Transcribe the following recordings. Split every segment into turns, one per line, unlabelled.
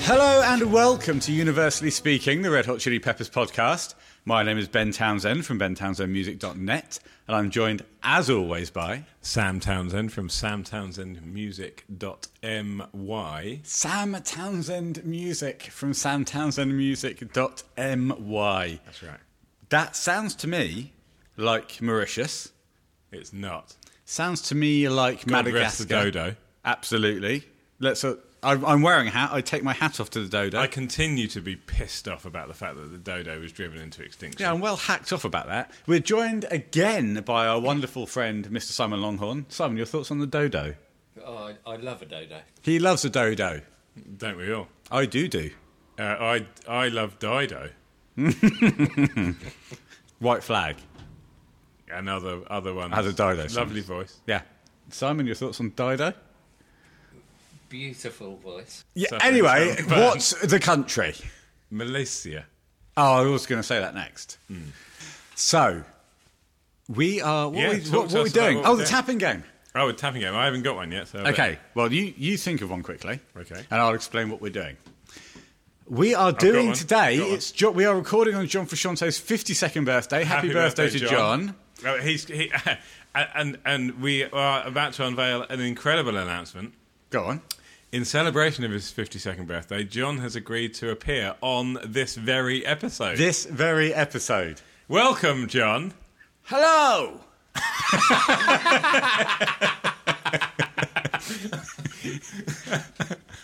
and welcome to Universally Speaking, the Red Hot Chili Peppers podcast. My name is Ben Townsend from bentownsendmusic.net, and I'm joined, as always, by
Sam Townsend from samtownsendmusic.my.
Sam Townsend Music from samtownsendmusic.my.
That's right.
That sounds to me like Mauritius.
It's not.
Sounds to me like
God rest
Madagascar.
the dodo.
Absolutely. Let's. Uh, I'm I'm wearing a hat. I take my hat off to the dodo.
I continue to be pissed off about the fact that the dodo was driven into extinction.
Yeah, I'm well hacked off about that. We're joined again by our wonderful friend, Mr. Simon Longhorn. Simon, your thoughts on the dodo?
Oh, I, I love a dodo.
He loves a dodo.
Don't we all?
I do do.
Uh, I, I love Dido
White flag.
and other, other ones.
Other Dido songs.
Lovely voice.
Yeah. Simon, your thoughts on dodo?
Beautiful voice.
Yeah.
Suffering
Anyway,
from burn.
what's the country?
Malaysia.
Oh, I was going to say that next.
Hmm.
So, we are. What
Yeah,
are we, what,
talk to
what are
us
we
about
doing?
what
Oh,
we're
the
doing.
tapping game.
Oh, a tapping game. I haven't got one yet. So
Okay. Well, you, you think of one quickly.
Okay.
And I'll explain what we're doing. We are doing
one.
today.
Got one.
It's jo- we are recording on John Frusciante's fifty-second birthday. Happy, birthday, to John.
Oh, he's, he, and, and we are about to unveil an incredible announcement.
Go on.
In celebration of his 52nd birthday, John has agreed to appear on this very episode.
This very episode.
Welcome, John.
Hello.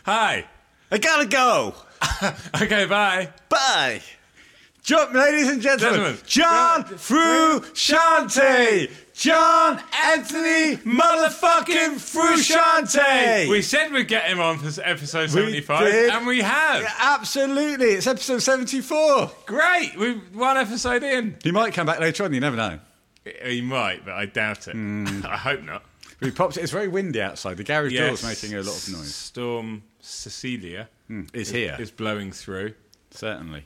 Hi.
I gotta go.
Okay, bye.
Bye. John, ladies and gentlemen,
Gentlemen.
John Frusciante. John Anthony motherfucking Frusciante.
We said we'd get him on for episode
We
75,
did.
and we have.
Yeah, Absolutely. It's episode 74.
Great. We're one episode in.
He might come back later on, you never know.
He might, but I doubt it. I hope not.
We popped it. It's very windy outside. Hmm. The garage
Yes.
door's making a lot of noise.
Storm Cecilia
It's here.
is blowing through.
Certainly.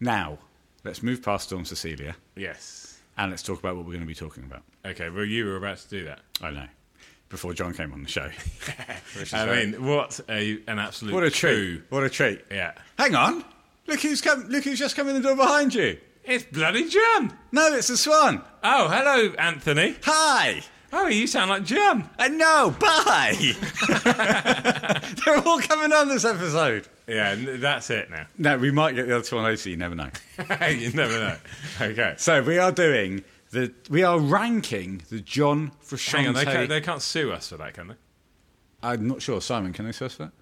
Now, let's move past Storm Cecilia
Yes.
and let's talk about what we're going to be talking about.
Okay, well, you were about to do that.
I know. Before John came on the show.
I
very-
mean, what a, an absolute
What a
coup.
treat. What a treat.
Yeah.
Hang on. Look who's come look who's just come in the door behind you.
It's bloody John.
No, it's the swan.
Oh, hello, Anthony.
Hi.
Oh, you sound like John.
And no, bye. They're all coming on this episode.
Yeah, n- that's it now.
No, we might get the other one later, you never know.
you never know. Okay.
So we are doing the we are ranking the John Frusciante.
Hang on, they can't, they can't sue us for that, can they?
I'm not sure. Simon, can they sue us for that?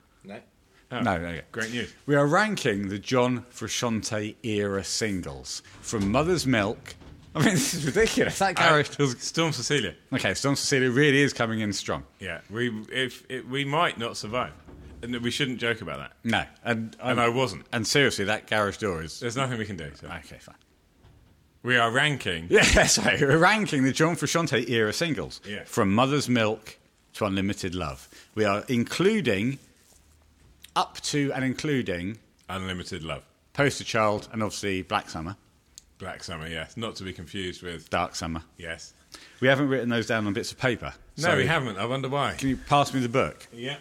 No.
No, no, okay.
Oh, Great news.
We are ranking the John Frusciante era singles from Mother's Milk. I mean, this is ridiculous. That garage.
Uh, Storm Cecilia.
Okay, Storm Cecilia really is coming in strong.
Yeah, we if it, we might not survive, and we shouldn't joke about that.
No, and
And I wasn't.
and seriously, that garage door is
There's nothing we can do. So.
okay. Fine.
We are ranking.
Yeah, so we're ranking the John Frusciante era singles
Yeah.
from Mother's Milk to Unlimited Love. We are including up to and including
Unlimited love,
Poster Child and obviously Black Summer,
Black Summer. Yes, not to be confused with.
Dark Summer.
Yes.
We haven't written those down on bits of paper.
No,
So
we haven't. I wonder why.
Can you pass me the book?
Yeah.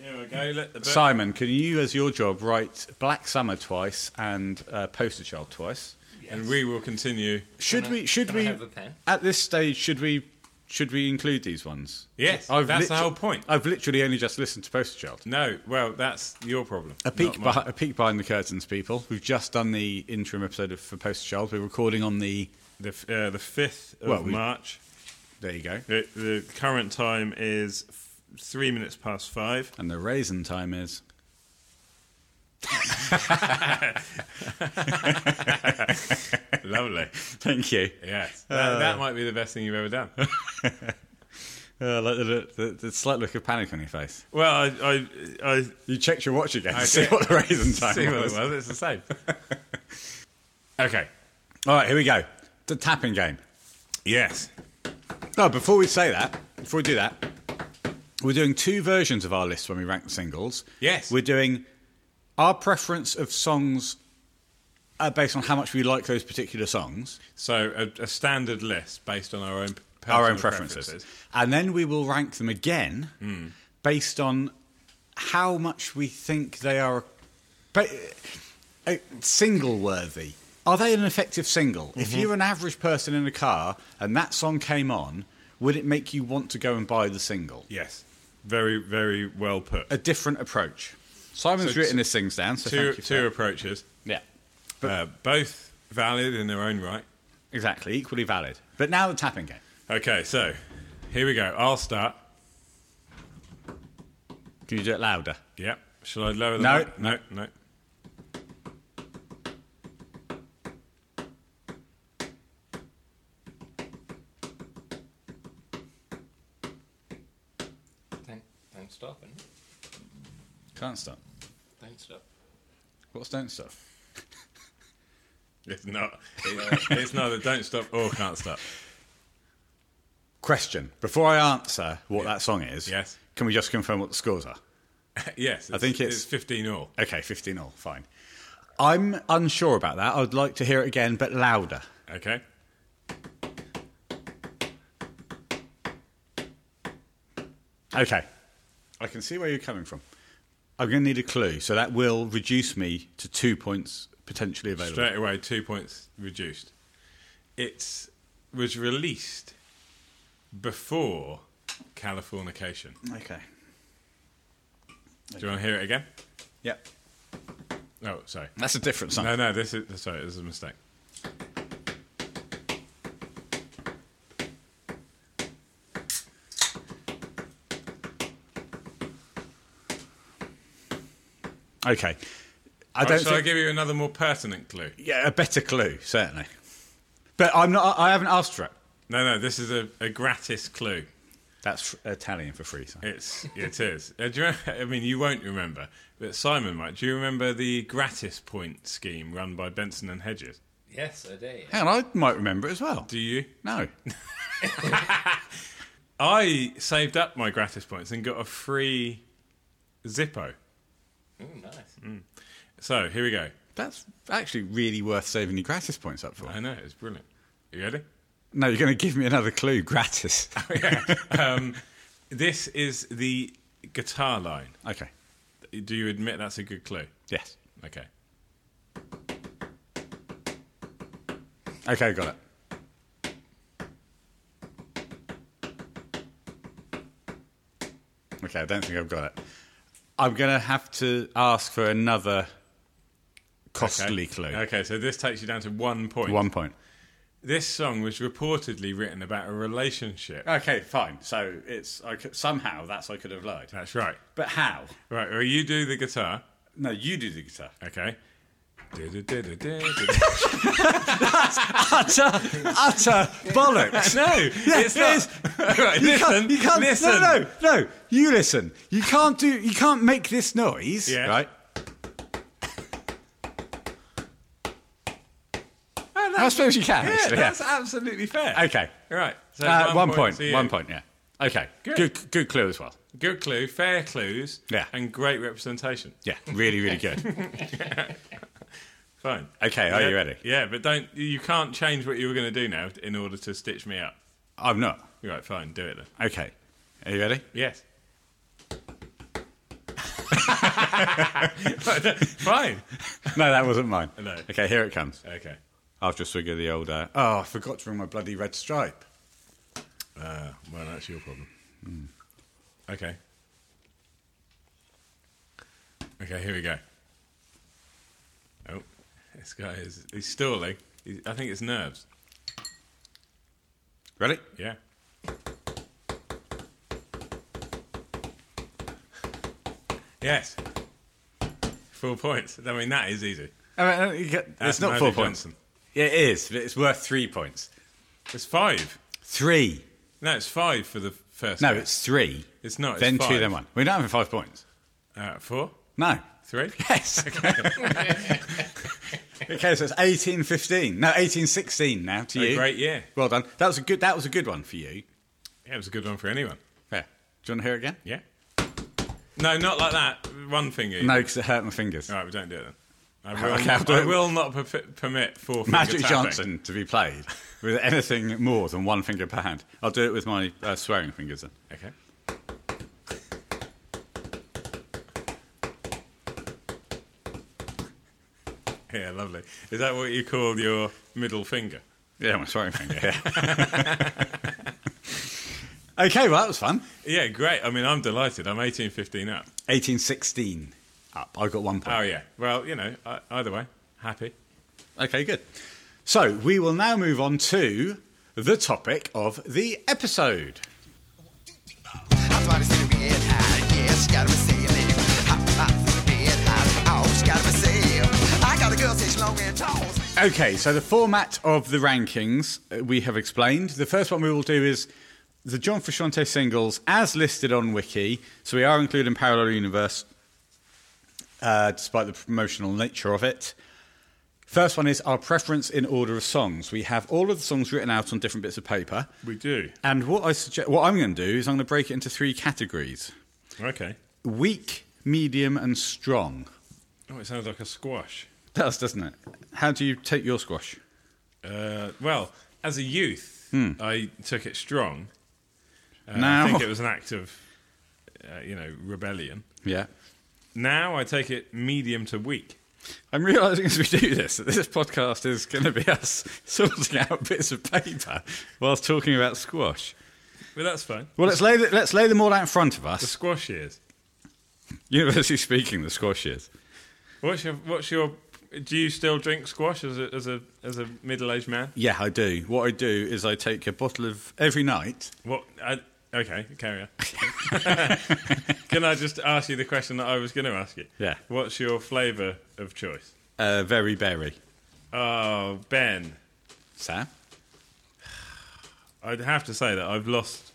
Here we go. Let the book.
Simon, can you, as your job, write Black Summer twice and uh, Poster Child twice?
and we will continue.
Should
Can I-
we? Should
can I
we?
have a pen?
At this stage, should we? Should we include these ones?
Yes, that's the
litu-
whole point.
I've literally only just listened to Poster Child.
No, well, that's your problem.
A peek,
not mine.
behi- a peek behind the curtains, people. We've just done the interim episode of, for Poster Child. We're recording on the.
The f- uh, the fifth of
Well, we-
March.
There you go.
The, the current time is f- three minutes past five.
And the raisin time is.
Lovely.
Thank you.
Yes, that, that might be the best thing you've ever done.
Uh, like the, look- the, the slight look of panic on your face.
well, I I, I
You checked your watch again
I
to see
did.
what the raisin time
see what it
was.
was. It's the same. okay.
All right, here we go. The tapping game.
Yes.
Oh, before we say that, before we do that, we're doing two versions of our list when we rank the singles.
Yes.
We're doing our preference of songs uh, based on how much we like those particular songs.
So a, a standard list based on our own personal
our own preferences. And then we will rank them
Hmm.
again based on how much we think they are But uh, single worthy. Are they an effective single?
Mm-hmm.
If you're an average person in a car and that song came on, would it make you want to go and buy the single?
Yes. Very, very well put.
A different approach. Simon's
So
written
t-
his things down, so
two
thank you for
two
that.
approaches,
Yeah,
uh, both valid in their own right.
exactly, equally valid. But now the tapping game.
Okay, so here we go. I'll start.
Can you do it louder?
Yep. Shall I lower the
No.
mic? No, no.
Don't, don't stop, and
Can't stop.
don't stop.
What's don't stop?
It's not. It's, it's neither don't stop or can't stop.
Question. Before I answer what that song is,
Yes.
can we just confirm what the scores are?
yes, I
think it's-
it's 15 all.
Okay, 15 all, fine. I'm unsure about that. I'd like to hear it again, but louder.
Okay.
Okay. I can see where you're coming from. I'm going to need a clue, so that will reduce me to two points potentially available.
Straight away, two points reduced. It was released before Californication.
Okay.
Do you want to hear it again?
Yep.
Oh, sorry.
That's a different song.
No, no, this is sorry, this is a mistake.
Okay. I
Oh,
don't
shall I
think,
give you another more pertinent clue?
yeah, a better clue, certainly. But I'm not I haven't asked for it.
No, no, this is a, a gratis clue.
That's fr- Italian for free. So.
It's it is. Uh, do you remember, I mean, you won't remember, but Simon might. Do you remember the gratis point scheme run by Benson and Hedges?
Yes, I do.
Hang on, I might remember it as well.
Do you?
No.
I saved up my gratis points and got a free Zippo.
Ooh, nice.
So here we go.
That's actually really worth saving your gratis points up for.
I know it's brilliant. You ready?
No, you're going to give me another clue gratis.
Um, This is the guitar line.
okay.
Do you admit that's a good clue?
Yes.
Okay.
Okay, got it. Okay, I don't think I've got it. I'm going to have to ask for another costly
okay.
clue.
Okay, so this takes you down to one point.
One point.
This song was reportedly written about a relationship.
Okay, fine. So it's I could, somehow that's I could have lied.
That's right.
But how?
Right, well, you do the guitar.
No, you do the guitar.
Okay.
Utter, utter bollocks.
no, it's not. Right,
You
listen,
can't, you can't,
listen.
No, no, no. You listen. You can't do. You can't make this noise.
Yeah.
Right. I suppose you can.
Oh, Yeah,
actually,
that's absolutely fair.
Okay.
Right. So
Uh, one
point.
point.
to you.
One point. Yeah. Okay.
Good.
Good. Good clue as well.
Good clue, fair clues,
Yeah.
and great representation.
Yeah. Really, really good.
Fine.
Okay. Are
yeah,
you ready?
Yeah, but don't you can't change what you were going to do now in order to stitch me up.
I'm not.
Right, fine, do it then.
Okay. Are you ready?
Yes. fine.
No, that wasn't mine.
No.
Okay. Here it comes.
Okay.
I've just figured the old. Uh, oh, I forgot to bring my bloody red stripe.
Uh, well, that's your problem.
Hmm.
Okay. Okay, here we go. Oh, this guy is he's stalling. He's, I think it's nerves.
Ready?
Yeah. Yes. Four points. I mean, that is easy.
I mean, Uh, you get-
That's
it's not
Magic
four points.
Johnson.
Yeah, it is. But it's worth three points.
It's five.
Three.
No, it's five for the first.
No,
guy.
it's three.
It's not, it's
then two,
five.
then one. We're not having five points.
uh, four,
No.
three.
Yes. Okay. so it's eighteen fifteen. No, eighteen sixteen now to
A
you.
great year.
Well done. That was a good. That was a good one for you.
Yeah, it was a good one for anyone.
Yeah. Do you want to hear it again?
Yeah. No, not like that. One finger.
No, because it hurt my fingers.
All right, we don't do it then. I will,
Okay, I'll
not,
do
I
it.
will not per- permit four finger
Magic
tapping.
Johnson to be played with anything more than one finger per hand. I'll do it with my uh, swearing fingers then.
Okay. Yeah, lovely. Is that what you call your middle finger?
Yeah, my sorry finger. Yeah. okay, well that was fun.
Yeah, great. I mean, I'm delighted. I'm 18, 15 up.
1816 up. I got one point.
Oh, yeah. Well, you know, I, either way, happy.
Okay, good. So we will now move on to the topic of the episode.
That's why they say the red hot. Yes, gotta be saved. Hot, hot, red hot. Oh, she gotta be saved. I got a girl, say she long and tall.
Okay, so the format of the rankings uh, we have explained. The first one we will do is the John Frusciante singles as listed on Wiki. So we are including Parallel Universe, uh, despite the promotional nature of it. First one is our preference in order of songs. We have all of the songs written out on different bits of paper.
We do.
And what I suggest, what I'm going to do is I'm going to break it into three categories:
Okay.
weak, medium, and strong.
Oh, it sounds like a squash.
Does doesn't it? How do you take your squash?
Uh, well, as a youth, I took it strong. Uh,
Hmm. Now-
I think it was an act of, uh, you know, rebellion.
Yeah.
Now I take it medium to weak.
I'm realizing as we do this that this podcast is going to be us sorting out bits of paper whilst talking about squash.
But that's fine.
Well, let's lay, the, let's lay them all out in front of
The
us.
squash is.
Universally speaking, the squash is.
What's your? What's your? Do you still drink squash as a as a as a middle aged man?
Yeah, I do. What I do is I take a bottle of every night.
What? I, okay, carry on. Can I just ask you the question that I was going to ask you?
Yeah.
What's your flavour of choice?
Uh, very berry.
Oh, Ben,
Sam?
I'd have to say that I've lost,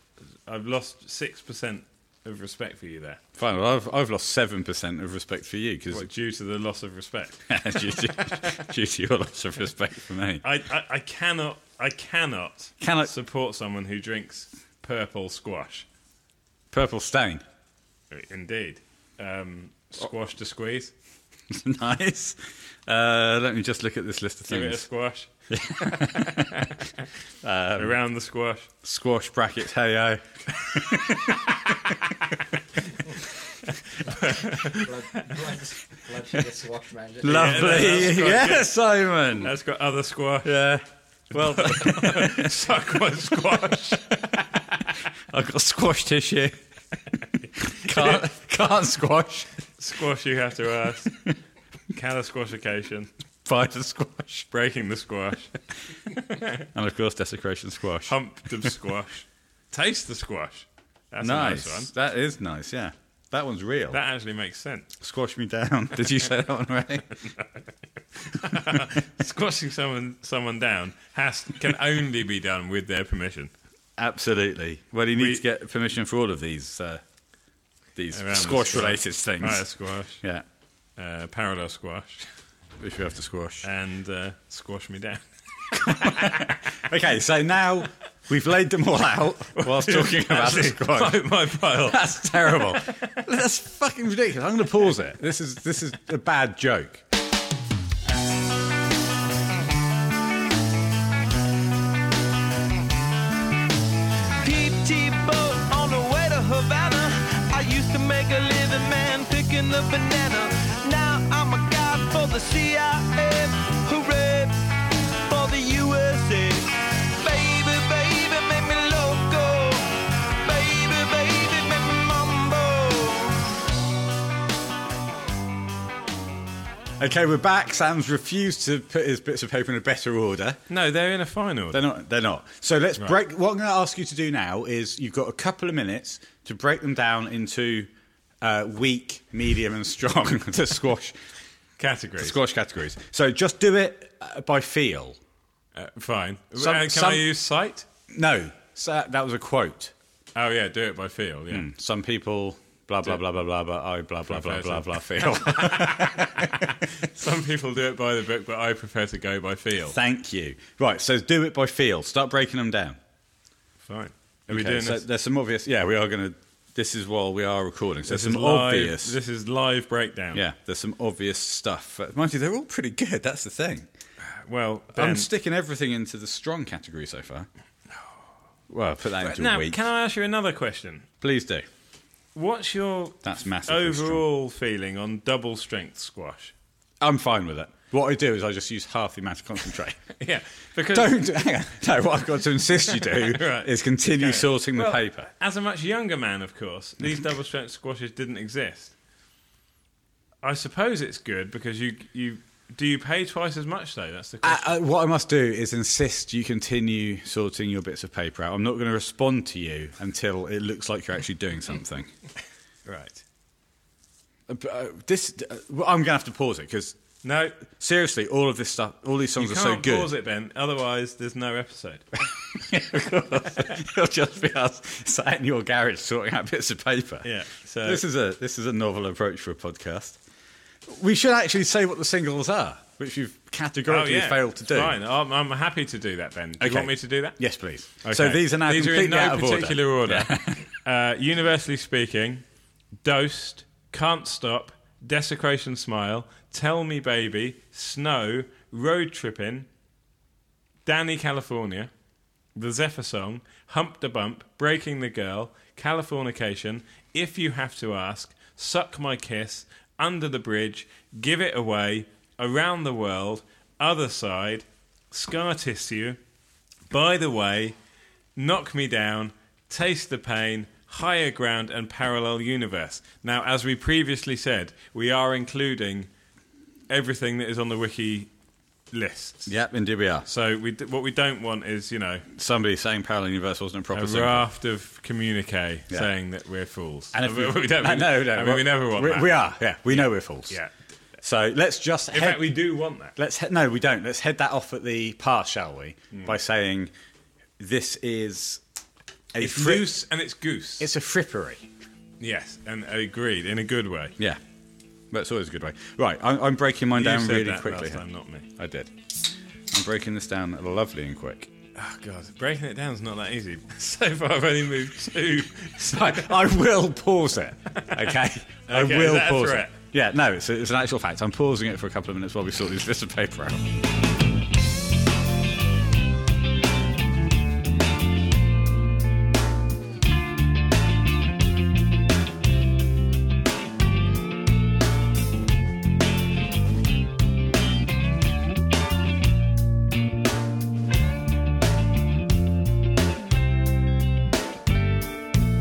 I've lost six percent of respect for you there,
Fine. Well, I've, I've lost 7% of respect for you because
What, due to the loss of respect.
due, to- due to your loss of respect for me.
I, I, I cannot, I cannot,
Cannot-
support someone who drinks purple squash.
Purple stain.
Indeed, um, squash to squeeze.
nice. Uh, let me just look at this list of
Give it a
things.
squash.
Um,
Around the squash.
Squash brackets, hey, oh.
Blood, blood, blood sugar swash magic.
Lovely.
that's
Yeah,
quite good.
Simon.
That's got other squash.
Yeah. Well,
Suck one squash.
I've got squash tissue. can't, can't squash.
squash you have to ask. Can a squashication.
Buy the squash.
Breaking the squash.
And of course, desecration squash.
Pumped of squash. Taste the squash. That's
nice.
a nice one.
That is nice, yeah. That one's real.
That actually makes sense.
Squash me down. Did you say that one already?
Squashing someone someone down has can only be done with their permission.
Absolutely. Well, you need
We-
to get permission for all of these uh, these
Around the
squash related things.
Right, squash.
Yeah.
Uh, parallel squash.
Which we have to squash.
And uh, squash me down.
Okay, so now we've laid them all out whilst talking about the squash.
my, my pile.
That's terrible. That's fucking ridiculous. I'm going to pause it. This is this is a bad joke.
Peep T boat on the way to Havana. I used to make a living man picking a banana. Now I'm a guy for the CIA. Hooray for the USA. Baby, baby, make me loco. Baby, baby, make me mumbo.
Okay, we're back. Sam's refused to put his bits of paper in a better order.
No, they're in a fine order.
They're not. They're not. So let's break. What I'm going to ask you to do now is you've got a couple of minutes to break them down into uh, weak, medium, and strong to squash
Categories.
squash categories. So just do it uh, by feel.
Uh, fine.
Some-
Uh, can
some-
I use sight?
No, so that was a quote.
Oh yeah, do it by feel. Yeah.
Some people blah blah blah blah blah blah I blah blah Hmm. blah blah blah feel.
Some people do it by the book, but I prefer to go by feel.
Thank you. Right, so do it by feel. Start breaking them down.
Fine. Are we
Okay,
doing
so
this?
There's some obvious. Yeah, we are going to. This is while we are recording. So
This
there's
is
some
live-
obvious.
This is live breakdown.
yeah, there's some obvious stuff. Uh, Mind you, they're all pretty good. That's the thing.
Well,
I'm
Ben-
sticking everything into the strong category so far. Well, put that into
now
a week.
can I ask you another question?
Please do.
What's your
That's massively
overall feeling on double strength squash?
I'm fine with it. What I do is I just use half the amount to concentrate.
Yeah, because
Don't. Hang on. No, what I've got to insist you do
Right.
is continue sorting the
Well,
paper.
As a much younger man, of course, these double strength squashes didn't exist. I suppose it's good because you you do you pay twice as much though. That's the
Uh,
question.
uh, what I must do is insist you continue sorting your bits of paper out. I'm not going to respond to you until it looks like you're actually doing something.
right.
Uh, but, uh, this, uh, well, I'm going to have to pause it because
No,
seriously, all of this stuff, all these songs
you
are so
can't
good.
pause it, Ben. Otherwise, there's no episode.
It'll just be us sat in your garage sorting out bits of paper.
Yeah, so-
this is a this is a novel approach for a podcast. We should actually say what the singles are, which you've categorically failed to
it's
do.
Oh, Fine, I'm, I'm happy to do that, Ben. Do you
Okay.
want me to do that?
Yes, please.
Okay.
So these are now
these
completely
in no
out of
particular
order.
order. uh, universally speaking, dosed, can't stop, desecration smile, tell me baby, snow, road tripping, Danny California, the Zephyr song, hump the bump, breaking the girl, Californication, if you have to ask, suck my kiss, under the bridge, give it away, around the world, other side, scar tissue. By the way, knock me down, taste the pain, higher ground, and parallel universe. Now, as we previously said, we are including everything that is on the wiki list.
Yep, indeed we are.
So we, d- what we don't want is you know
Somebody saying parallel universe wasn't a
a
proper single.
raft of communique
Yeah.
saying that we're fools.
And
I
if
mean,
we,
we don't,
no, no, no,
I mean, we never want
we,
that.
We are. Yeah, we know we're false.
Yeah.
So let's just.
In
head-
fact, we do want that.
Let's he- no, we don't. Let's head that off at the pass, shall we? By saying this is a
It's
fri-
loose and it's goose.
It's a frippery.
yes, and agreed in a good way.
Yeah, that's always a good way. Right, I'm, I'm breaking mine
You
down
said
really
that
quickly.
last
here.
time, not me.
I did. I'm breaking this down lovely and quick.
Oh god, breaking it down is not that easy. So far, I've only moved two.
So I will pause it. Okay, I
Okay,
will
that's
pause
right.
it. Yeah, no, it's, it's an actual fact. I'm pausing it for a couple of minutes while we sort these bits of paper out.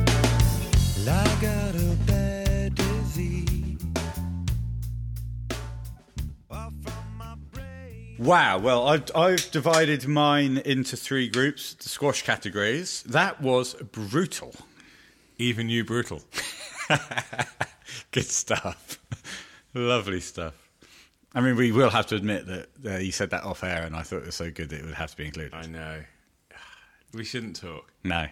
I got a bad disease.
Wow. Well, I've, I've divided mine into three groups, the squash categories. That was brutal.
Even you, brutal.
Good stuff. Lovely stuff. I mean, we will have to admit that uh, you said that off air, and I thought it was so good that it would have to be included.
I know. We shouldn't talk.
No.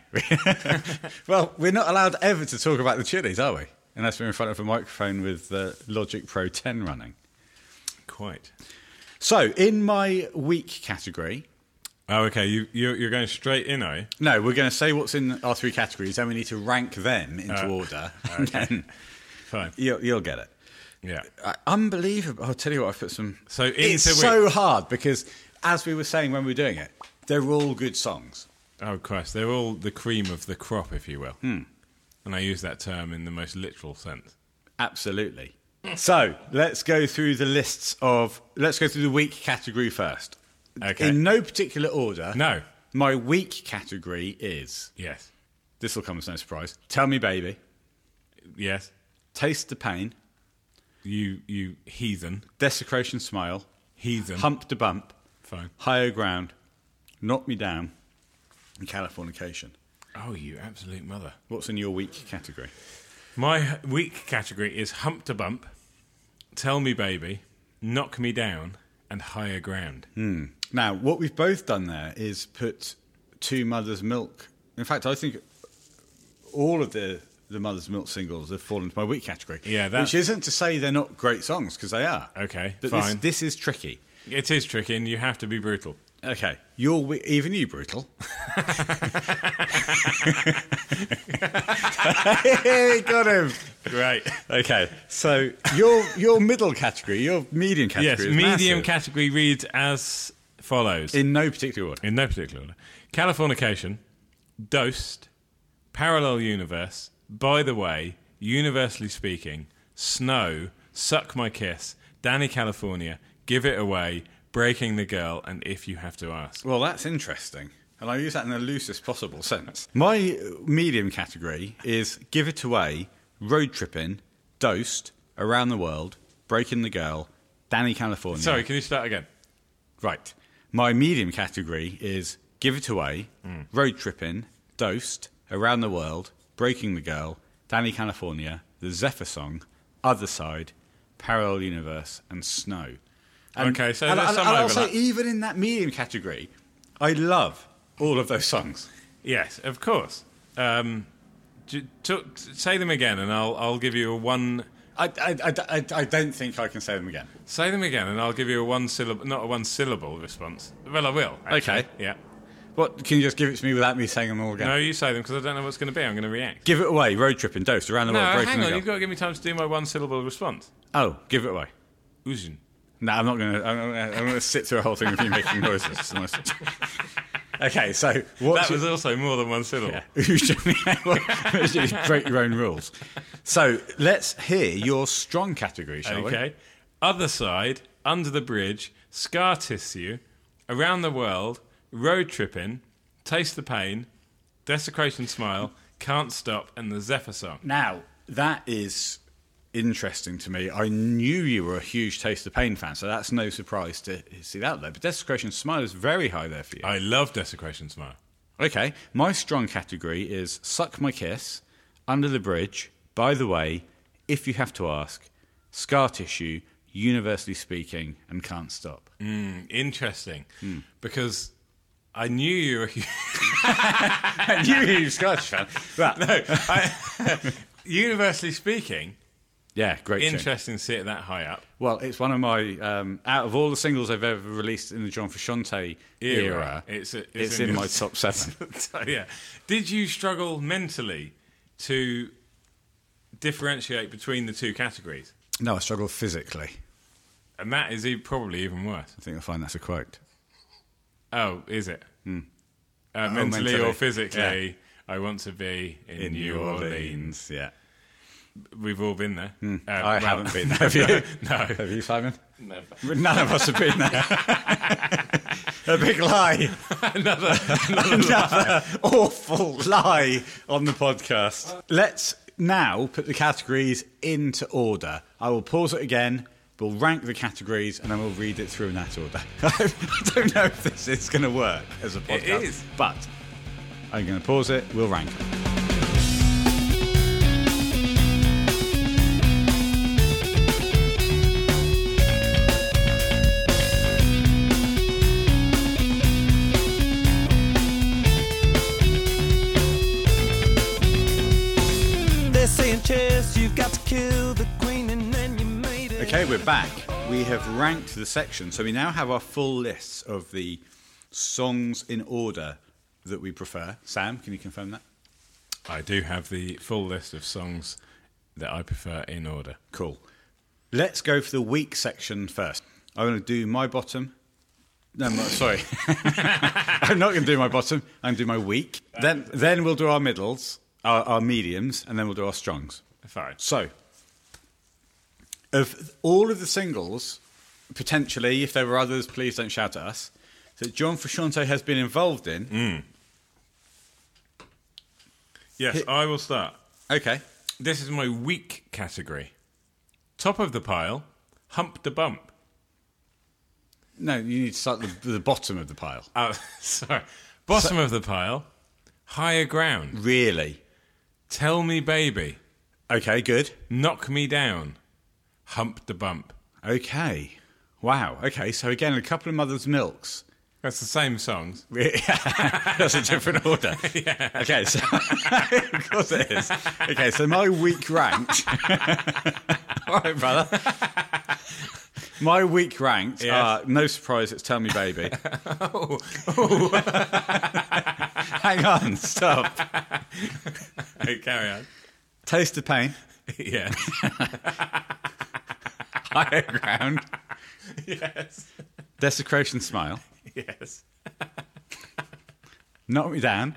well, we're not allowed ever to talk about the chilies, are we? Unless we're in front of a microphone with uh, Logic Pro 10 running.
Quite.
So, in my weak category,
Oh, okay. You, you you're going straight in, are you?
No, we're going to say what's in our three categories, and we need to rank them into
Uh,
order.
okay.
Then
Fine.
you'll, you'll get it.
Yeah.
Uh, unbelievable. I'll tell you what, I've put some.
So
it's
into
so hard because, as we were saying when we were doing it, they're all good songs.
Oh Christ, they're all the cream of the crop, if you will.
Hmm.
And I use that term in the most literal sense.
Absolutely. So let's go through the lists of. Let's go through the weak category first.
Okay.
In no particular order.
No.
My weak category is.
Yes.
This will come as no surprise. Tell me, baby.
Yes.
Taste the pain.
You you heathen.
Desecration smile.
Heathen.
Hump to bump.
Fine.
Higher ground. Knock me down. And Californication.
Oh, you absolute mother.
What's in your weak category?
My weak category is hump to bump, tell me baby, knock me down, and higher ground.
Hmm. Now, what we've both done there is put two Mother's Milk. In fact, I think all of the, the Mother's Milk singles have fallen into my weak category.
Yeah, that's-
Which isn't to say they're not great songs, because they are.
Okay,
But
fine.
This, this is tricky.
It is tricky, and you have to be brutal.
Okay. You're we- even you brutal. Got him.
Great.
Okay, so your your middle category, your medium
yes,
category, is
medium
massive.
category reads as follows.
in no particular order.
in no particular order. Californication, Dosed, Parallel Universe, By the Way, Universally Speaking, Snow, Suck My Kiss, Danny California, Give It Away, Breaking the Girl, and If You Have to Ask.
Well, that's interesting. And I use that in the loosest possible sense. My uh, medium category is Give It Away, Road Tripping, Dosed, Around the World, Breaking the Girl, Danny California.
Sorry, can you start again?
Right. My medium category is Give It Away, Road Tripping, Dosed, Around the World, Breaking the Girl, Danny California, The Zephyr Song, Other Side, Parallel Universe, and Snow. And-
Okay, so
and,
there's
and-
some
and also,
overlap.
even in that medium category, I love all of those songs.
Yes, of course. Um, j- t- say them again, and I'll I'll give you a one.
I, I, I, I, I don't think I can say them again.
Say them again, and I'll give you a one syllable, not a one syllable response. Well, I will. actually.
Okay.
Yeah.
What can you just give it to me without me saying them all again?
No, you say them because I don't know what's going to be. I'm going to react.
Give it away, road trip and dosed around the
No,
world. breaking
hang
the
on.
girl.
You've got to give me time to do my one syllable response.
Oh, give it away.
Uzun.
No, I'm not gonna. I'm, gonna- I'm gonna sit through a whole thing of you making noises. It's nice. okay, so what's
That was also more than one syllable.
you should break your own rules. So let's hear your strong category, shall we?
Okay. Other side, under the bridge, scar tissue, around the world, road tripping, taste the pain, desecration smile, can't stop, and the Zephyr song.
Now that is interesting to me. I knew you were a huge Taste of Pain fan, so that's no surprise to see that there. But Desecration Smile is very high there for you.
I love desecration smile.
Okay, my strong category is Suck My Kiss, Under the Bridge, By the Way, If You Have to Ask, Scar Tissue, Universally Speaking, and Can't Stop.
Interesting, because I knew you were.
you, you Scottish fan. Right.
Universally speaking,
Yeah, great tune.
interesting to see it that high up.
Well, it's one of my, um, out of all the singles I've ever released in the John Frusciante era,
Era. It's a- it's
it's
in
in
your-
my top seven.
So, yeah. Did you struggle mentally to differentiate between the two categories?
no, I struggle physically.
And that is e- probably even worse.
I think I'll find that's a quote.
Oh, is it? Uh, mentally,
Hmm. Oh, mentally.
or physically, I want to be in, New Orleans.
Yeah.
We've all been there. Uh,
Hmm. I
well,
haven't been there. Have you?
No.
Have you, Simon? None of us have been there. a big lie.
Another, another
Another awful lie on the podcast. Let's now put the categories into order. I will pause it again. We'll rank the categories and then we'll read it through in that order. I don't know if this is going to work as a podcast.
is.
But I'm going to pause it. We'll rank them.
They're saying, Chess, you've got to kill the queen and then you made it.
Okay, we're back. We have ranked the section, so we now have our full lists of the songs in order that we prefer. Sam, can you confirm that?
I do have the full list of songs that I prefer in order.
Cool. Let's go for the weak section first. I'm going to do my bottom. No, I'm not- sorry. I'm not going to do my bottom. I'm going to do my weak. Then, then we'll do our middles, our, our mediums, and then we'll do our strongs.
Fine.
So, of all of the singles, potentially, if there were others, please don't shout at us, that John Frusciante has been involved in.
Yes, I will start.
Okay.
This is my weak category. Top of the pile, hump the bump.
No, you need to start the, the bottom of the pile.
Oh, sorry. Bottom of the pile, higher ground.
Really?
Tell me, baby,
Okay, good.
knock me down, hump the bump.
Okay. Wow. Okay, so again, a couple of Mother's Milks.
That's the same songs.
That's a different order. Okay, so of course it is. Okay, so my weak ranked. All right, brother. My weak ranked are no surprise. It's tell me, baby. Oh. Hang on, stop.
Carry on.
Taste of pain.
Yes.
Higher ground.
yes.
Desecration smile.
Yes.
Knock me down.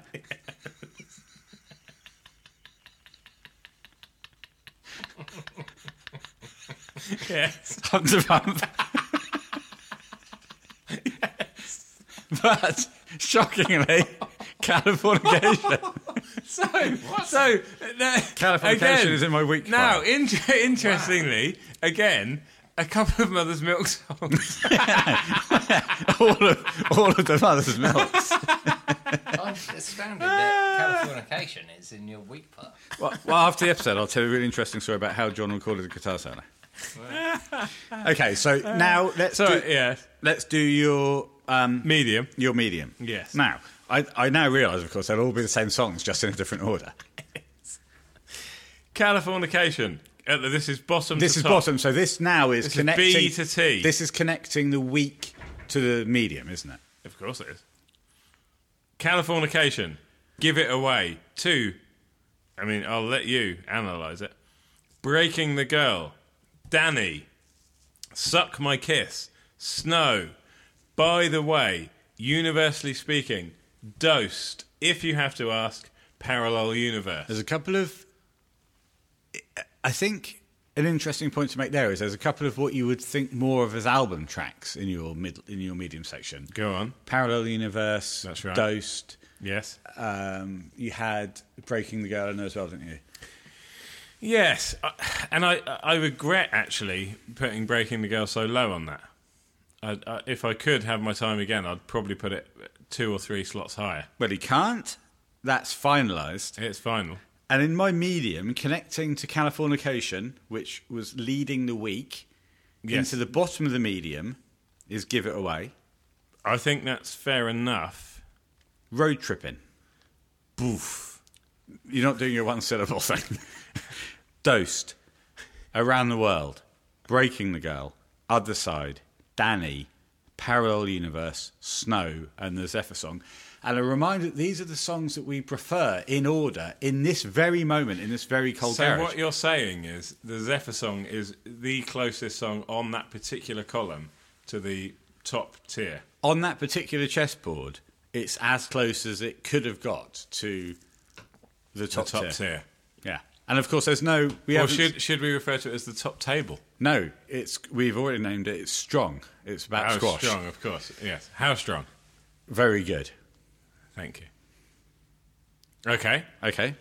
Yes.
Hump to bump. but shockingly, Californication.
So, so uh,
Californication
again,
is in my weak file.
Now, in- interestingly, again, a couple of Mother's Milk songs.
all of all of the mother's milks.
I'm just astounded that Californication is in your weak part.
well, well, after the episode, I'll tell you a really interesting story about how John recorded the guitar solo. okay, so
Uh,
now let's
So,
do,
yeah,
let's do your um,
medium.
your medium.
Yes.
Now, I, I now realise, of course, they'll all be the same songs, just in a different order.
Californication. At the, this is bottom
This
to
is
top.
bottom. So this now is
This is B
connecting
to T.
This is connecting the weak to the medium, isn't it?
Of course it is. Californication. Give it away. Two. I mean, I'll let you analyse it. Breaking the girl. Danny. Suck my kiss. Snow. By the way, universally speaking, dosed. If you have to ask, parallel universe.
There's a couple of. I think an interesting point to make there is there's a couple of what you would think more of as album tracks in your mid, in your medium section.
Go on.
Parallel Universe.
That's right.
Dosed.
Yes.
Um, you had Breaking the Girl in there as well, didn't you?
Yes, I- and I I regret actually putting Breaking the Girl so low on that. I, I, if I could have my time again, I'd probably put it two or three slots higher.
Well, he can't. That's finalised.
It's final.
And in my medium, connecting to Californication, which was leading the week,
Yes.
into the bottom of the medium is Give It Away.
I think that's fair enough.
Road Tripping. Boof. You're not doing your one syllable thing. Dosed. Around the World. Breaking the Girl. Other Side. Danny. Parallel Universe. Snow. And the Zephyr song. And a reminder that these are the songs that we prefer in order in this very moment, in this very cold
So
garage.
what you're saying is the Zephyr song is the closest song on that particular column to the top tier.
on that particular chessboard, it's as close as it could have got to the top,
the top tier.
Yeah, and of course, there's no. We
Or
haven't-
should should we refer to it as the top table?
no. It's we've already named it. It's strong. It's about
How
squash.
Oh, strong, of course. Yes. How strong?
Very good.
Thank you. Okay.
Okay.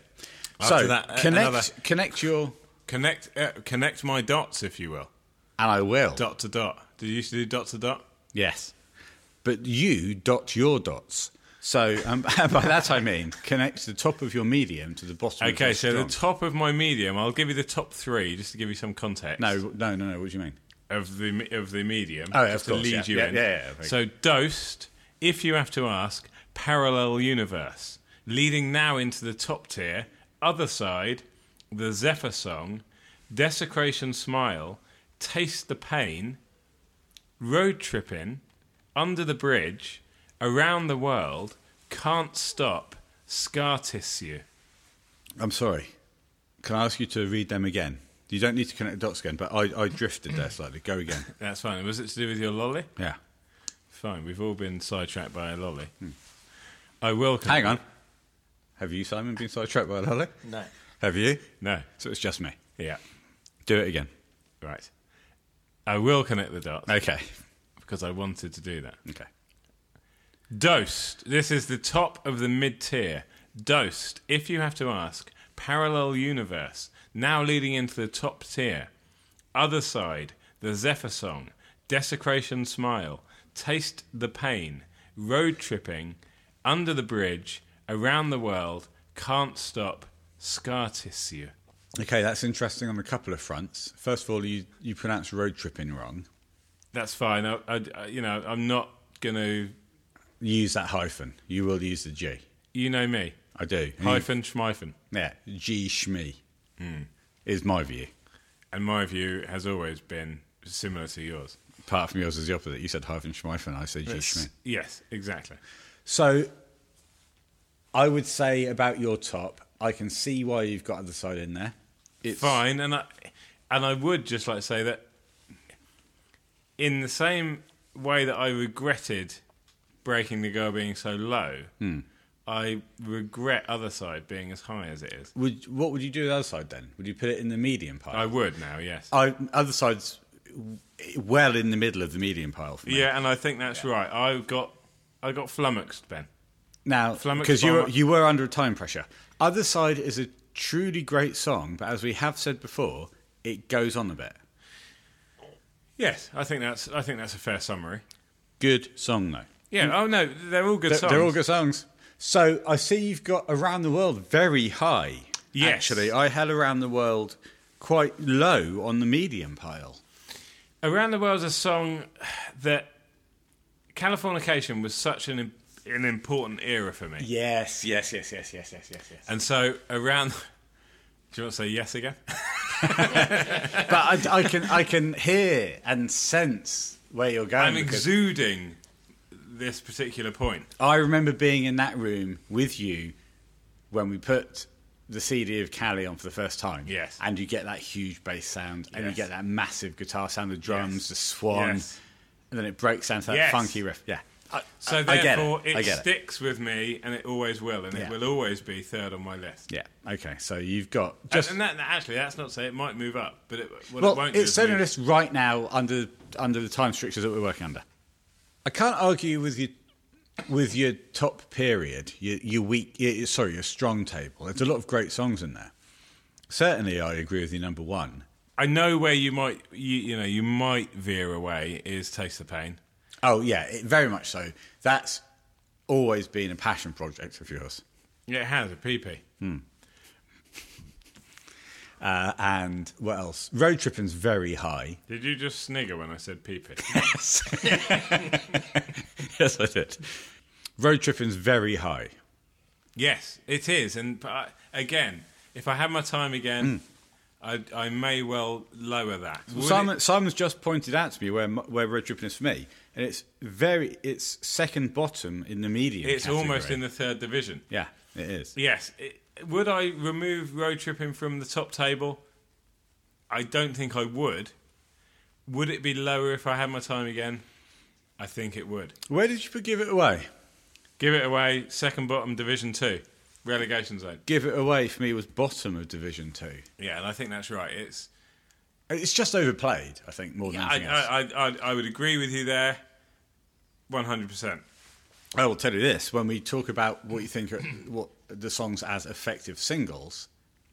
After
so
that, uh,
connect
another-
connect your
Connect, uh, connect my dots, if you will.
and I will
Dot to dot. Did you used to do dot to dot?
yes, but you dot your dots. So um, by that I mean connect the top of your medium to the bottom.
Okay,
of
so
your
the
strong.
top of my medium. I'll give you the top three just to give you some context.
No, no, no, no. What do you mean?
of the me- of the medium.
Oh, yeah,
just
of course,
to lead
yeah.
you
Yeah,
in.
yeah, yeah, very
so dosed, if you have to ask, parallel universe, leading now into the top tier. Other side, the Zephyr song, desecration smile, taste the pain, road tripping, under the bridge, around the world, can't stop, scar tissue.
I'm sorry. Can I ask you to read them again? You don't need to connect the dots again, but I, I drifted there slightly. Go again.
That's fine. Was it to do with your lolly?
Yeah.
Fine. We've all been sidetracked by a lolly.
Hmm.
I will.
Hang on. Have you, Simon, been sidetracked by a lolly?
No.
Have you?
No.
So it's just me.
Yeah.
Do it again.
Right. I will connect the dots
Okay.
because I wanted to do that.
Okay.
Dosed. This is the top of the mid tier. Dosed, if you have to ask, parallel universe, now leading into the top tier. Other side, the Zephyr song, desecration smile, taste the pain, road tripping, under the bridge, around the world, can't stop, scar tissue.
Okay, that's interesting on a couple of fronts. First of all, you, you pronounce road tripping wrong.
That's fine. I, I, I- you know, I'm not gonna.
Use that hyphen. You will use the G.
You know me.
I do. And you-
Hyphen schmyphen.
yeah. G shmee Hmm. is my view.
And my view has always been similar to yours.
Apart from yours is the opposite. You said hyphen schmeifen. I said G shmee.
Yes, exactly.
So I would say about your top, I can see why you've got other side in there. It's
Fine, and I and I would just like to say that in the same way that I regretted breaking the girl being so low,
Hmm.
I regret other side being as high as it is.
Would what would you do with the other side then? Would you put it in the medium
I
pile?
would now, yes.
I, other side's w- well in the middle of the medium pile for me.
yeah, and I think that's right. I got I got flummoxed, Ben.
Now,
Flummoxed
because you were,
Bomber.
you were under time pressure. Other Side is a truly great song, but as we have said before, it goes on a bit.
Yes, I think that's I think that's a fair summary.
Good song though.
Yeah. Oh no, they're all
Hmm.
good
They're,
songs.
they're all good songs. So I see you've got Around the World very high.
Yes.
Actually, I had Around the World quite low on the medium pile.
Around the World's a song that Californication was such an im- an important era for me,
Yes, yes, yes, yes, yes, yes, yes, yes.
and so around. Do you want to say yes again?
But I, I can I can hear and sense where you're going.
I'm
because-
exuding this particular point.
I remember being in that room with you when we put the CD of Cali on for the first time.
Yes.
And you get that huge bass sound and you
Yes.
get that massive guitar sound, the drums,
Yes.
the swan,
Yes.
and then it breaks down to that
Yes.
funky riff. Yeah. I,
So
I- I get it.
therefore,
I get it.
sticks with me, and it always will, and
Yeah.
it will always be third on my list.
Yeah. Okay. So you've got
Just
just
and that, that- actually, that's not to say it might move up, but it, what it
well,
won't do
it's
is move-
certainly just right now under under the time structures that we're working under. I can't argue with your with your top period, your, your weak, your, sorry, your strong table. There's a lot of great songs in there. Certainly, I agree with you. Number one,
I know where you might you, you know you might veer away is taste the pain.
oh yeah, it, very much so. That's always been a passion project of yours,
Yeah, it has a PP.
uh, and what else? Road tripping's very high.
Did you just snigger when I said PP?
yes, I did. Road tripping's very high.
yes, it is. And but I, again, if I had my time again, I, I may well lower that. Would
Mm. Simon,
it-
Simon's just pointed out to me where m- where red dripping is for me, and it's very it's second bottom in the medium.
it's
category.
almost in the third division.
yeah, it is.
Yes. It, would I remove road tripping from the top table? I don't think I would. Would it be lower if I had my time again? I think it would.
Where did you give it away?
Give it away, second bottom, Division 2, relegation zone.
Give it away for me was bottom of Division Two.
Yeah, and I think that's right. It's
It's just overplayed, I think, more than
I,
anything else. I,
I, I, I, I would agree with you there 100%.
will tell you this: when we talk about what you think, are, what the songs as effective singles,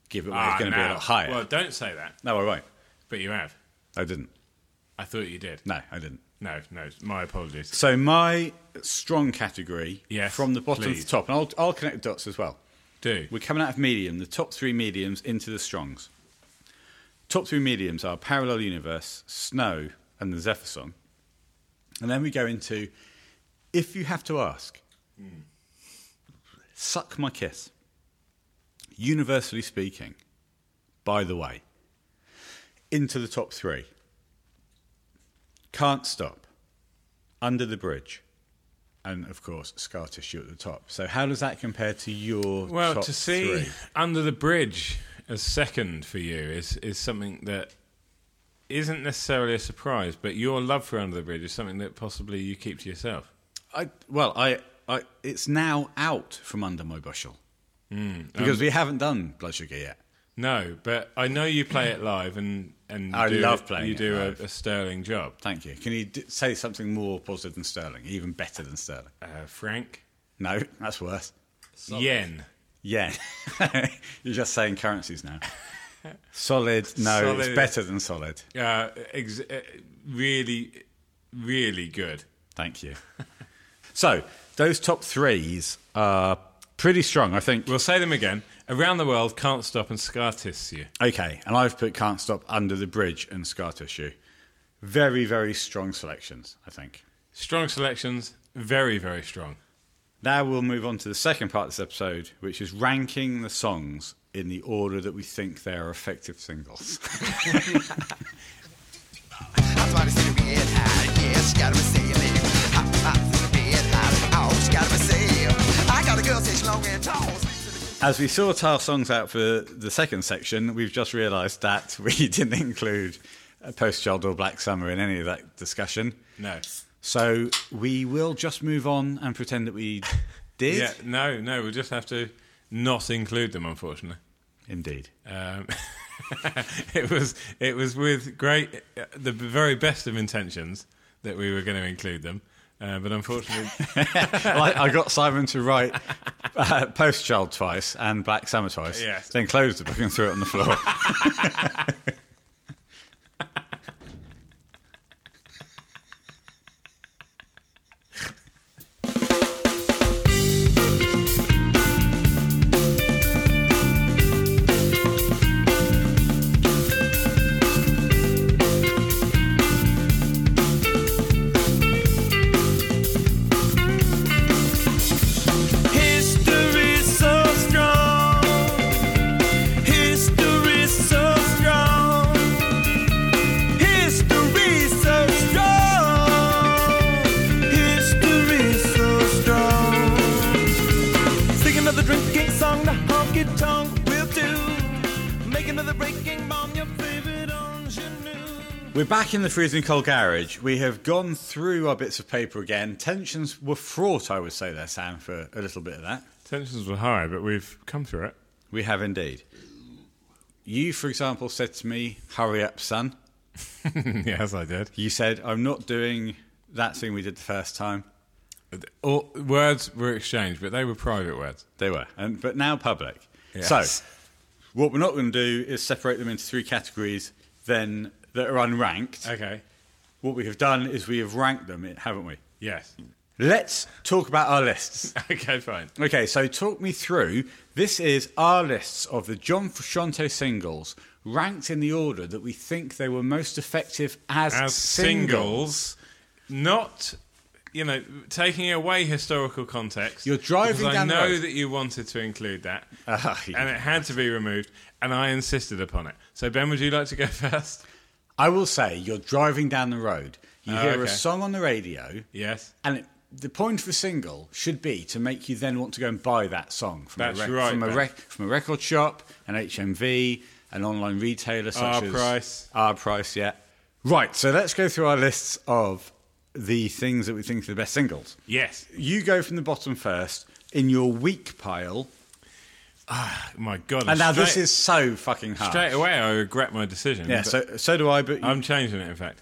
give it away
Ah,
is going to be a
no.
lot higher.
Well, don't say that,
no, I won't.
but you have.
I didn't.
I thought you did.
No, I didn't.
No, no, my apologies.
So my strong category,
Yes,
from the bottom to
please.
the top, and I'll, I'll connect the dots as well.
Do.
We're coming out of medium, the top three mediums into the strongs. Top three mediums are Parallel Universe, Snow, and the Zephyr Song. And then we go into If You Have to Ask,
Hmm.
Suck My Kiss, Universally Speaking, By the Way, into the top three. Can't Stop, Under the Bridge, and of course, Scar Tissue at the top. So, how does that compare to your
Well,
top
to see
three?
Under the Bridge as second for you is, is something that isn't necessarily a surprise, but your love for Under the Bridge is something that possibly you keep to yourself.
I well, I, I it's now out from under my bushel because we haven't done blood sugar yet.
No, but I know you play it live, and and you
I
do,
love playing
You
it
do
live.
A, a sterling job,
Thank you. Can you d- say something more positive than Sterling, even better than Sterling?
uh, Frank.
No, that's worse.
Yen.
Yeah, you're just saying currencies now. solid. No,
Solid.
it's better than solid.
Uh, ex- uh, really, really good.
Thank you. so those top threes are pretty strong, I think.
We'll say them again. Around the world, can't stop and scar Tiss you.
Okay, and I've put Can't Stop Under the Bridge and Scar Tissue. Very, very strong selections, I think.
Strong selections, very very strong.
Now we'll move on to the second part of this episode, which is ranking the songs in the order that we think they are effective singles.
I try to see the red eye, yes, gotta receive it. Hop, hop, red eye, always Oh, gotta receive. I got a girl, she's long and tall. speaks to the-
As we sort our songs out for the second section, we've just realised that we didn't include uh, Post Child or Black Summer in any of that discussion.
No.
So we will just move on and pretend that we did.
Yeah. No. No. We'll just have to not include them, unfortunately.
Indeed.
Um, it was it was with great the very best of intentions that we were going to include them, Uh, but unfortunately,
I, I got Simon to write uh, Post Child twice and Black Summer twice.
Yes.
Then closed the book and threw it on the floor.
History's so strong. History's so strong. History's so strong. History's so strong. Sing another drinking song, the honky tonk will do. Make another breaking bomb, your favorite ingenue.
We're back in the freezing cold garage. We have gone through our bits of paper again. Tensions were fraught, I would say, there, Sam, for a little bit of that.
tensions were high, but we've come through it.
We have indeed. You, for example, said to me, Hurry up, son.
yes, I did.
You said, I'm not doing that thing we did the first time.
All, words were exchanged, but they were private words.
They were, and, but now public.
Yes.
So, what we're not going to do is separate them into three categories then that are unranked.
Okay.
What we have done is we have ranked them, haven't we?
Yes.
Let's talk about our lists.
Okay, fine.
Okay, so talk me through. This is our lists of the John Frusciante singles, ranked in the order that we think they were most effective as,
As
singles.
singles, not, you know, taking away historical context.
You're driving
because
down
I
the
know
road.
that you wanted to include that,
Ah, yeah.
and it had to be removed, and I insisted upon it. So, Ben, would you like to go first?
I will say, you're driving down the road, you
Oh,
hear a
okay.
song on the radio,
Yes.
and it, the point of a single should be to make you then want to go and buy that song from
That's
a, rec-
right,
from, a
Ben.
rec- from a record shop, an HMV, an online retailer such
Our
as
Price.
Our price, yeah. Right, so let's go through our lists of the things that we think are the best singles.
Yes.
You go from the bottom first in your weak pile,
My God.
and now this
straight-
is so fucking hard.
straight away. I regret my decision.
Yeah,
but
so so do I, but you,
I'm changing it. In fact,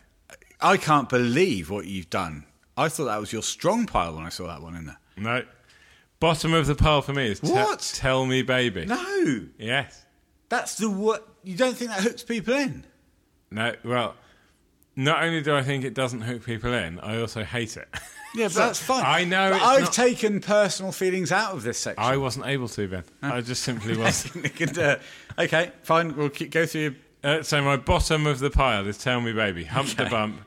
I can't believe what you've done. I thought that was your strong pile when I saw that one in there.
no. Bottom of the pile for me is Te-
What?
Tell me, baby.
No,
Yes.
that's the what you don't think that hooks people in.
No. Well, not only do I think it doesn't hook people in, I also hate it.
Yeah, but that's fine.
I know
But
it's
I've
not-
taken personal feelings out of this section.
I wasn't able to, Ben. I just simply wasn't.
Good, uh, okay, fine. We'll keep, go through.
Uh, so my bottom of the pile is "Tell Me, Baby," "Hump the Bump,"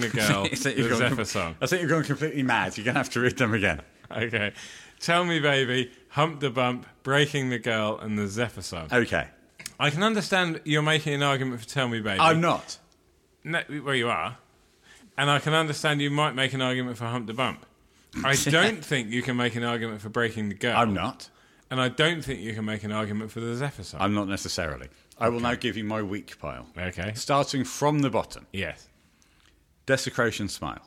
the Girl,"
I
the
think you've gone-
Zephyr song.
I think you're going completely mad. You're going to have to read them again.
Okay, "Tell Me, Baby," "Hump the Bump," "Breaking the Girl," and the Zephyr song.
Okay,
I can understand you're making an argument for "Tell Me, Baby."
I'm not.
No, well, you are. And I can understand you might make an argument for Hump the Bump. I don't think you can make an argument for Breaking the Girl.
I'm not.
And I don't think you can make an argument for the Zephyr song.
I'm not necessarily. I will now give you my weak pile.
Okay.
Starting from the bottom.
Yes.
Desecration smile.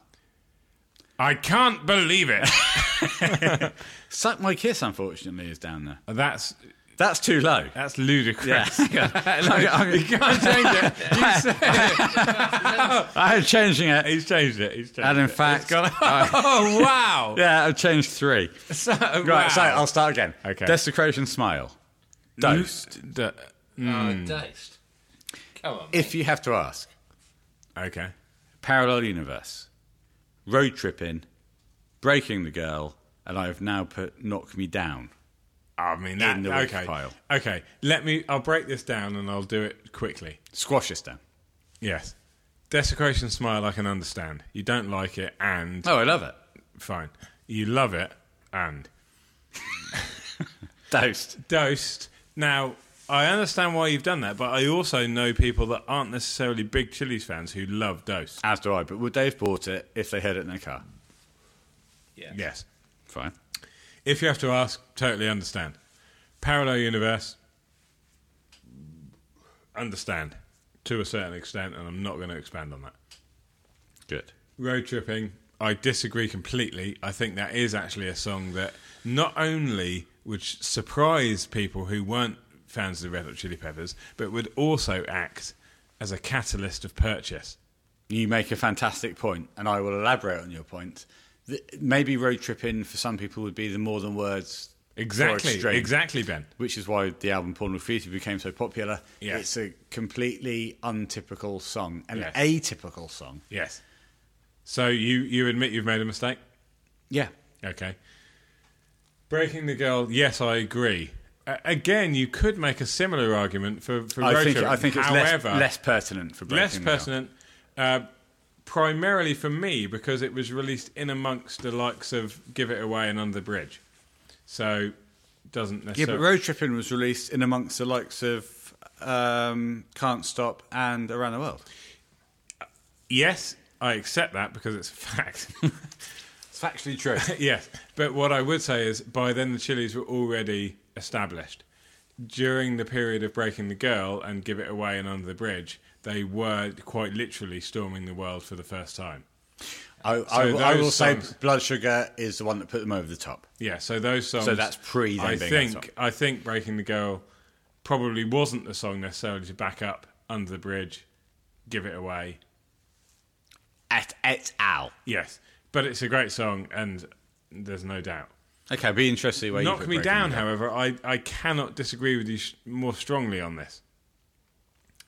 I can't believe it.
Suck my kiss. Unfortunately, is down there.
that's
That's too low.
that's ludicrous.
I'm-
you can't change it. You said it.
I'm changing it.
He's changed it. He's changed
And in
it.
fact-
It's gone- oh wow!
Yeah, I've changed three.
So,
Right,
wow.
so I'll start again.
Okay.
Desecration smile. Dosed.
D-
Oh, diced. Come on.
If you have to ask.
okay.
Parallel universe. Road tripping. Breaking the girl. And I have now put knock me down.
I mean that.
In the weak
okay.
pile.
Okay. Let me. I'll break this down and I'll do it quickly.
Squash us down.
Yes. Desecration smile, I can understand. You don't like it, and
Oh, I love it.
fine. You love it, and
Dosed.
dosed. Now, I understand why you've done that, but I also know people that aren't necessarily big Chili's fans who love dosed.
As do I, but would they have bought it if they had it in their car?
yeah.
Yes.
Fine.
If you have to ask, totally understand. Parallel universe, understand to a certain extent, and I'm not going to expand on that.
Good.
Road tripping, I disagree completely. I think that is actually a song that not only would sh- surprise people who weren't fans of the Red Hot Chili Peppers, but would also act as a catalyst of purchase.
You make a fantastic point, and I will elaborate on your point. th- maybe road tripping for some people would be the more than words. for
Exactly.
Extreme,
Exactly, Ben.
Which is why the album Porn Graffiti became so popular.
Yeah.
It's a completely untypical song, an
Yes.
atypical song.
Yes. So you you admit you've made a mistake?
Yeah.
Okay. Breaking the girl. Yes, I agree. A- again, you could make a similar argument for for
I
road
think,
trip.
I think it's less,
However,
less pertinent for breaking
less
the Girl.
pertinent, uh, primarily for me because it was released in amongst the likes of "Give It Away" and "Under the Bridge," so doesn't
Yeah,
necessarily.
but Road Tripping was released in amongst the likes of um, Can't Stop and Around the World.
yes, I accept that because it's a fact.
It's factually true.
yes, but what I would say is by then the Chili's were already established. During the period of breaking the girl and give it away and under the bridge, they were quite literally storming the world for the first time.
I, I, I will
those
say
songs-
Blood Sugar is the one that put them over the top.
Yeah, so those songs.
So that's pre them
I
being
think
on top.
I think Breaking the Girl probably wasn't the song necessarily to back up Under the Bridge, Give It Away.
At et al.
Yes, but it's a great song, and there's no doubt.
Okay, be interested where you
Knock
put
me
Breaking
down,
the Girl.
however, I, I cannot disagree with you sh- more strongly on this.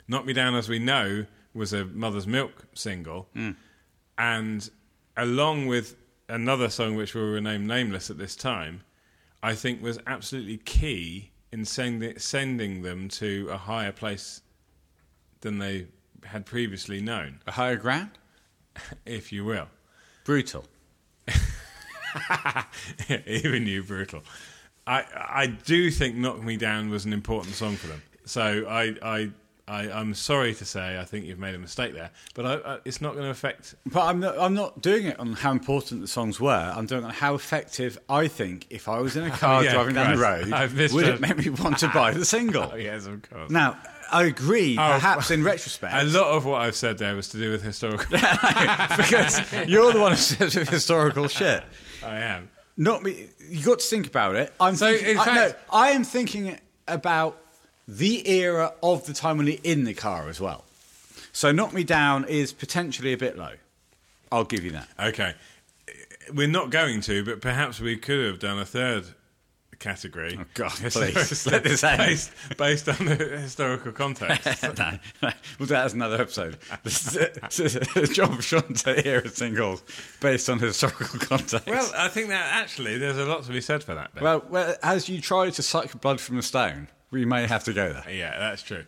Knock Me Down, as we know, was a Mother's Milk single. And along with another song which will remain nameless at this time, I think was absolutely key in send- sending them to a higher place than they had previously known,
A higher ground?
if you will.
Brutal.
Even you, brutal. I I do think "Knock Me Down" was an important song for them. So I I. I, I'm sorry to say, I think you've made a mistake there, but I, I, it's not going to affect.
But I'm not, I'm not doing it on how important the songs were. I'm doing it on how effective I think if I was in a car
yeah,
driving
Christ.
down the
I've
road,
missed
would
that.
it make me want to buy the single?
yes, of course.
Now, I agree,
Oh,
perhaps in retrospect.
A lot of what I've said there was to do with historical.
because you're the one who says historical shit.
I am.
Not me. You got to think about it. I'm
So,
thinking,
in
I, no,
fact-
I am thinking about the era of the time when you're in the car as well. So knock me down is potentially a bit low. I'll give you that.
Okay. We're not going to, but perhaps we could have done a third category.
Oh, God,
It's-
please, let this end.
Based, based on the historical context.
no, no, we'll do that as another episode. This is a job of Sean to hear singles based on historical context.
well, I think that actually there's a lot to be said for that. Ben.
well, well, as you try to suck blood from a stone, we may have to go there.
Yeah, that's true.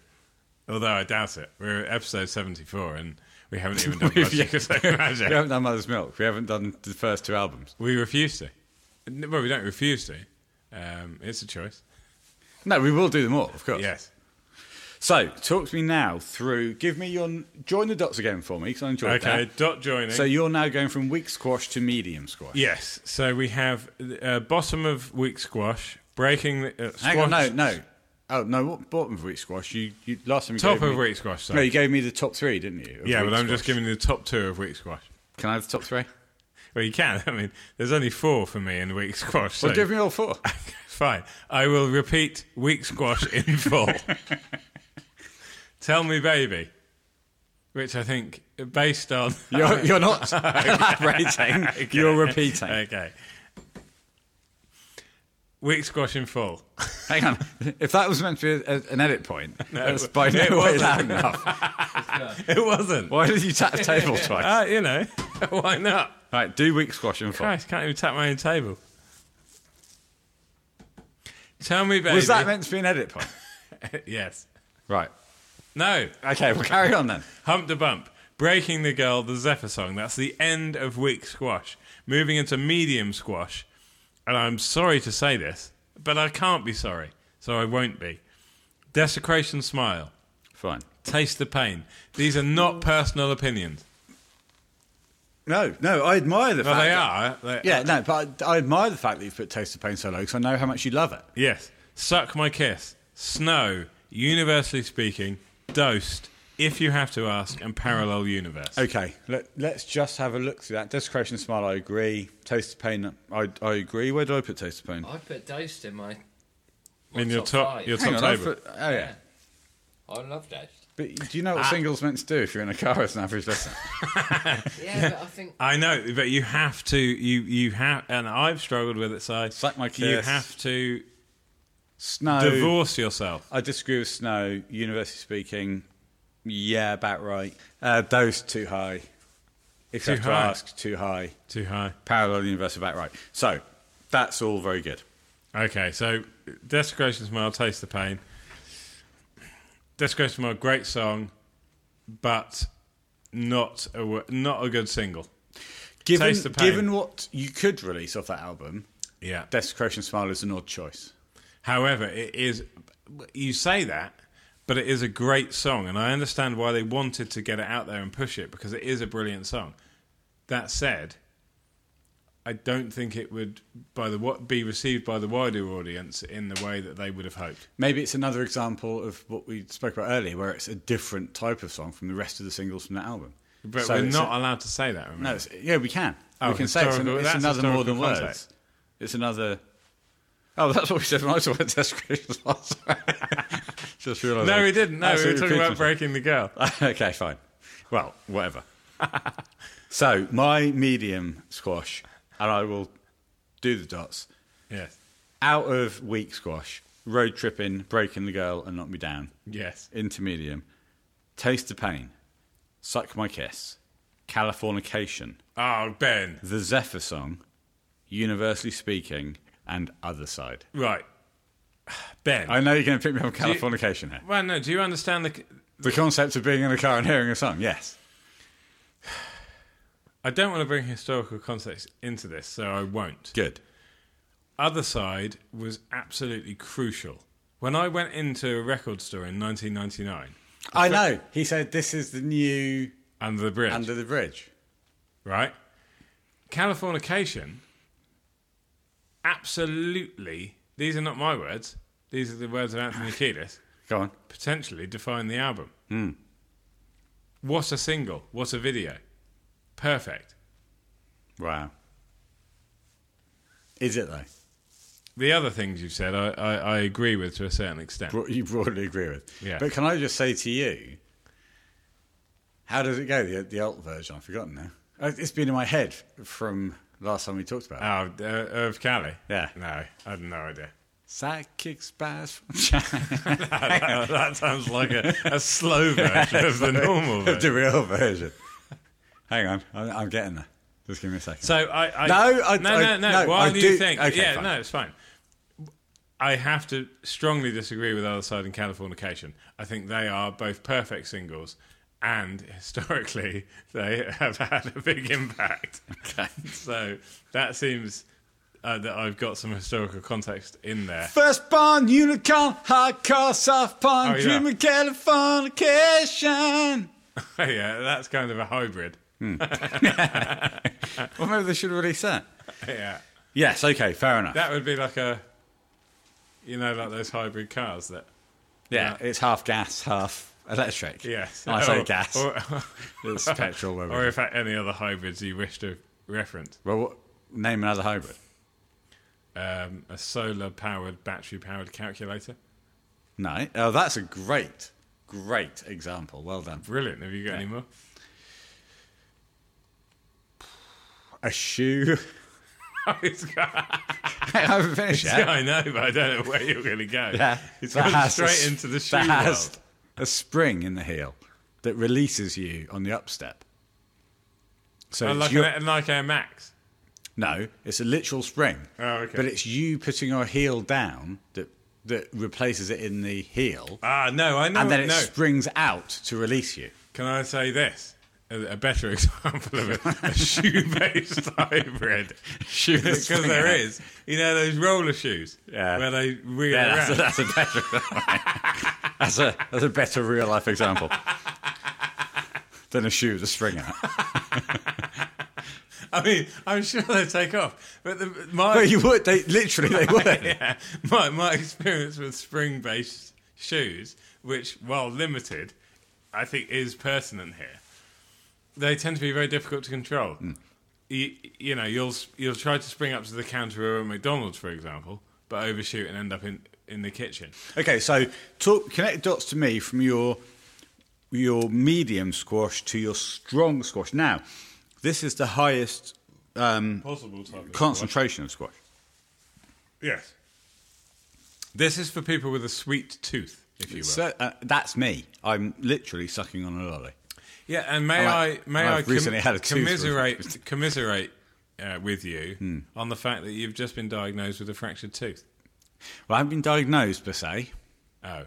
Although I doubt it. We're at episode 74 and we haven't even done much.
We've- We
Magic.
haven't done Mother's Milk. We haven't done the first two albums.
We refuse to. N- Well, we don't refuse to. Um, it's a choice.
No, we will do them all, of course.
Yes.
So, talk to me now through. Give me your join the dots again for me because I enjoyed
Okay,
that.
dot joining.
So you're now going from weak squash to medium squash.
yes, so we have uh, bottom of week squash, breaking the. Uh,
Hang on, no,
squash-
no. Oh no, what bottom of weak squash? You, you last time you
Top
gave
of
me,
week squash,
No,
sorry.
you gave me the top three, didn't you? of
yeah,
weak
but I'm just
squash?
giving you the top two of week squash.
Can I have the top three?
Well, you can. I mean, there's only four for me in week squash. So
Well, give me all four.
Fine. I will repeat week squash in full. Tell me, baby. Which I think, based on.
You're, you're not elaborating. You're repeating.
Okay. Week squash in full.
Hang on. If that was meant to be a, an edit point, that's by no way loud enough.
It wasn't.
Why did you tap the table twice?
Uh, you know, why not?
Right, do weak squash and fall.
Christ, can't even tap my own table. Tell me, baby.
Was that meant to be an edit point?
yes.
right.
No.
Okay, we'll carry on then.
Hump to Bump, Breaking the Girl, the Zephyr song. That's the end of week squash. Moving into medium squash. And I'm sorry to say this, but I can't be sorry, so I won't be. Desecration Smile,
Fine.
Taste the Pain. These are not personal opinions.
No, no, I admire the
Well,
fact.
they
that-
are. They-
Yeah, no, but I, I admire the fact that you've put Taste of Pain so low because I know how much you love it.
Yes. Suck My Kiss, Snow, Universally Speaking, Dosed, If You Have to Ask, and Parallel Universe.
Okay, let, let's just have a look through that. Desecration Smile, I agree. Taste of Pain, I, I agree. Where did I put Taste of Pain?
I put Dosed in my. my
In your top,
five.
your top
Hang on, I
table.
put, oh yeah. Ah.
I love that.
But do you know what singles meant to do if you're in a car as an average listener?
Yeah, but I think
I know, but you have to. You you have, and I've struggled with it. So
Suck my Oh.
you
kiss.
have to
Snow.
divorce yourself.
I disagree with Snow. University speaking, yeah, about right. Uh, dose too high. If you
Too
have to
high.
ask, too high.
Too high.
Parallel universe, about right. So that's all very good.
Okay, so Desecration Smile, Taste the Pain. Desecration Smile, great song, but not a wo- not a good single.
Given,
Taste the pain.
given what you could release off that album,
Yeah.
Desecration Smile is an odd choice.
However, it is you say that, but it is a great song, and I understand why they wanted to get it out there and push it because it is a brilliant song. That said, I don't think it would by the what be received by the wider audience in the way that they would have hoped.
Maybe it's another example of what we spoke about earlier, where it's a different type of song from the rest of the singles from that album.
But
So
we're
it's
not
A,
allowed to say that. Remember?
no, it's, yeah, we can.
Oh,
we can say it's, an,
historical-
it's
that's
another more
historical
than
context.
words. It's another. Oh, that's what we said when I was talking about Desecration Smile. sorry. Just realised.
No,
I
we didn't. No, we were
absolutely
talking about
repeated myself.
breaking the girl.
okay, fine. Well, whatever. so my medium squash, and I will do the dots.
Yes.
Out of weak squash, road tripping, breaking the girl, and knock me down.
Yes.
Into medium, taste the pain, suck my kiss, Californication,
Oh, Ben.
the Zephyr song, universally speaking, and other side.
Right. Ben.
I know you're going to pick me up on Californication here.
well, no, do you understand the.
The concept of being in a car and hearing a song, yes.
I don't want to bring historical context into this, so I won't.
Good.
Other Side was absolutely crucial. When I went into a record store in 1999,
I know. He said this is the new
Under the Bridge,
Under the Bridge.
right? Californication, absolutely, these are not my words, these are the words of Anthony Kiedis,
Go on.
potentially define the album. What a single, what a video. Perfect.
Wow. Is it though?
The other things you've said, I, I, I agree with to a certain extent.
Bro- You broadly agree with.
Yeah.
But can I just say to you, how does it go? The, the alt version, I've forgotten now. Uh, It's been in my head from last time we talked about it.
Oh, uh, of Cali?
Yeah.
No, I had no idea.
Sidekick spies from China.
that sounds like a, a slow version of the normal version.
the real version. Hang on, I'm, I'm getting there. Just give me a second.
So I, I
No, I-
no,
I-
no, no.
no,
While
I
you
do-
think,
okay,
yeah,
fine.
no, it's fine. I have to strongly disagree with Other Side and Californication. I think they are both perfect singles, and historically they have had a big impact.
Okay.
So that seems uh, that I've got some historical context in there.
Firstborn unicorn, hardcore, soft porn,
Oh, yeah.
dream of Californication.
yeah, that's kind of a hybrid.
Well, maybe they should release that.
Yeah.
Yes, okay, fair enough.
That would be like a, you know, like those hybrid cars that.
yeah, it's half gas, half electric.
Yes.
Oh,
Oh.
I say
Or-
gas.
Or,
it's petrol. whatever.
or in fact, any other hybrids you wish to reference.
well, what, name another hybrid.
Um, a solar powered, battery powered calculator.
No. Oh, that's a great, great example. Well done.
Brilliant. Have you got any more?
A shoe.
Oh, It's got-
I haven't finished yet.
I know, but I don't know where you're going to go.
Yeah,
It's
that
gone
has a
straight
s-
into the shoe
that has
world.
a spring in the heel that releases you on the upstep. So
Oh,
it's
like,
your-
an, like Air Max.
no, it's a literal spring.
Oh, okay.
But it's you putting your heel down that that replaces it in the heel,
Ah, no, I know.
and then it
no.
springs out to release you.
Can I say this? A, a better example of a, a shoe-based hybrid.
Shoe
Because
spring
there
out.
is, you know, those roller shoes
Yeah.
where they wheel
Yeah,
around.
that's a, that's a better. that's a that's a better real life example than a shoe with a spring out.
I mean, I'm sure they take off, but the, my
But you would. They literally they would.
Oh, yeah, my my experience with spring-based shoes, which while limited, I think is pertinent here. They tend to be very difficult to control.
Hmm.
You, you know, you'll you'll try to spring up to the counter of a McDonald's, for example, but overshoot and end up in in the kitchen.
Okay, so talk, connect dots to me from your your medium squash to your strong squash. Now, this is the highest um,
Possible type of
concentration of squash.
Yes. This is for people with a sweet tooth, if you will.
So, uh, that's me. I'm literally sucking on a lolly.
Yeah, and may
I-
I may
I've
I com-
recently had a tooth
commiserate commiserate uh, with you
Hmm.
on the fact that you've just been diagnosed with a fractured tooth.
Well, I haven't been diagnosed per se,
Oh,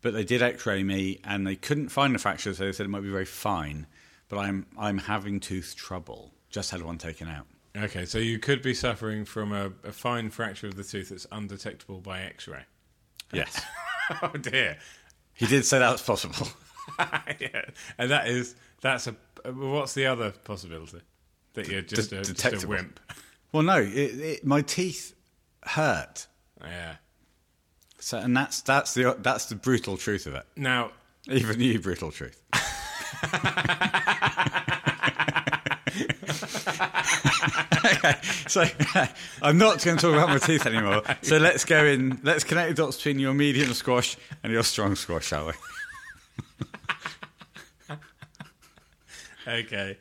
but they did X-ray me, and they couldn't find the fracture, so they said it might be very fine. But I'm I'm having tooth trouble. Just had one taken out.
okay. So you could be suffering from a, a fine fracture of the tooth that's undetectable by X-ray.
Yes,
oh dear.
he did say that was possible.
yeah, and that is that's a. What's the other possibility? That you're just,
de-
a, just a
detectable.
wimp.
Well, no, it, it, my teeth hurt.
Yeah.
So, and that's that's the that's the brutal truth of it.
Now,
Even you, brutal truth. so I'm not going to talk about my teeth anymore. So let's go in. Let's connect the dots between your medium squash and your strong squash, shall we?
Okay.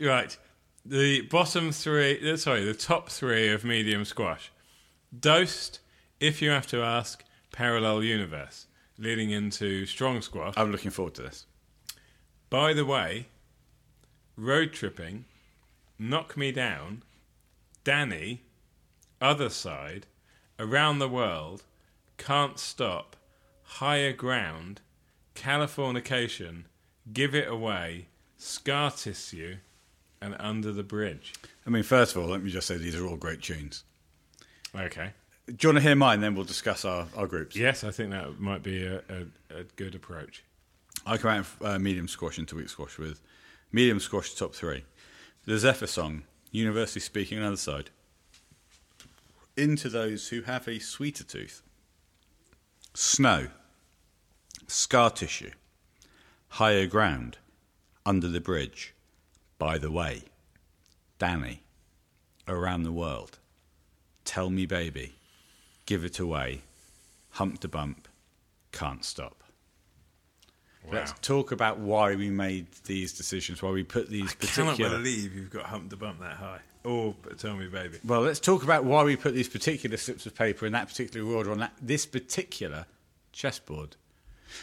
Right. The bottom three, uh, sorry, the top three of medium squash. Dosed, if you have to ask, parallel universe, leading into strong squash.
I'm looking forward to this.
By the way, road tripping, knock me down, Danny, other side, around the world, can't stop, higher ground, Californication, give it away, scar tissue, and under the bridge.
I mean, first of all, let me just say these are all great tunes.
Okay.
Do you want to hear mine? Then we'll discuss our, our groups.
Yes, I think that might be a, a, a good approach.
I come out uh, medium squash into weak squash with medium squash top three. The Zephyr song, universally speaking, another side. Into those who have a sweeter tooth. Snow, scar tissue, higher ground, under the bridge, by the way, Danny, around the world, tell me baby, give it away, hump to bump, can't stop. Let's talk about why we made these decisions, why we put these
Cannot
particular.
believe you've got hump to bump that high. Oh, but tell me, baby.
well, let's talk about why we put these particular slips of paper in that particular order on that, this particular chessboard.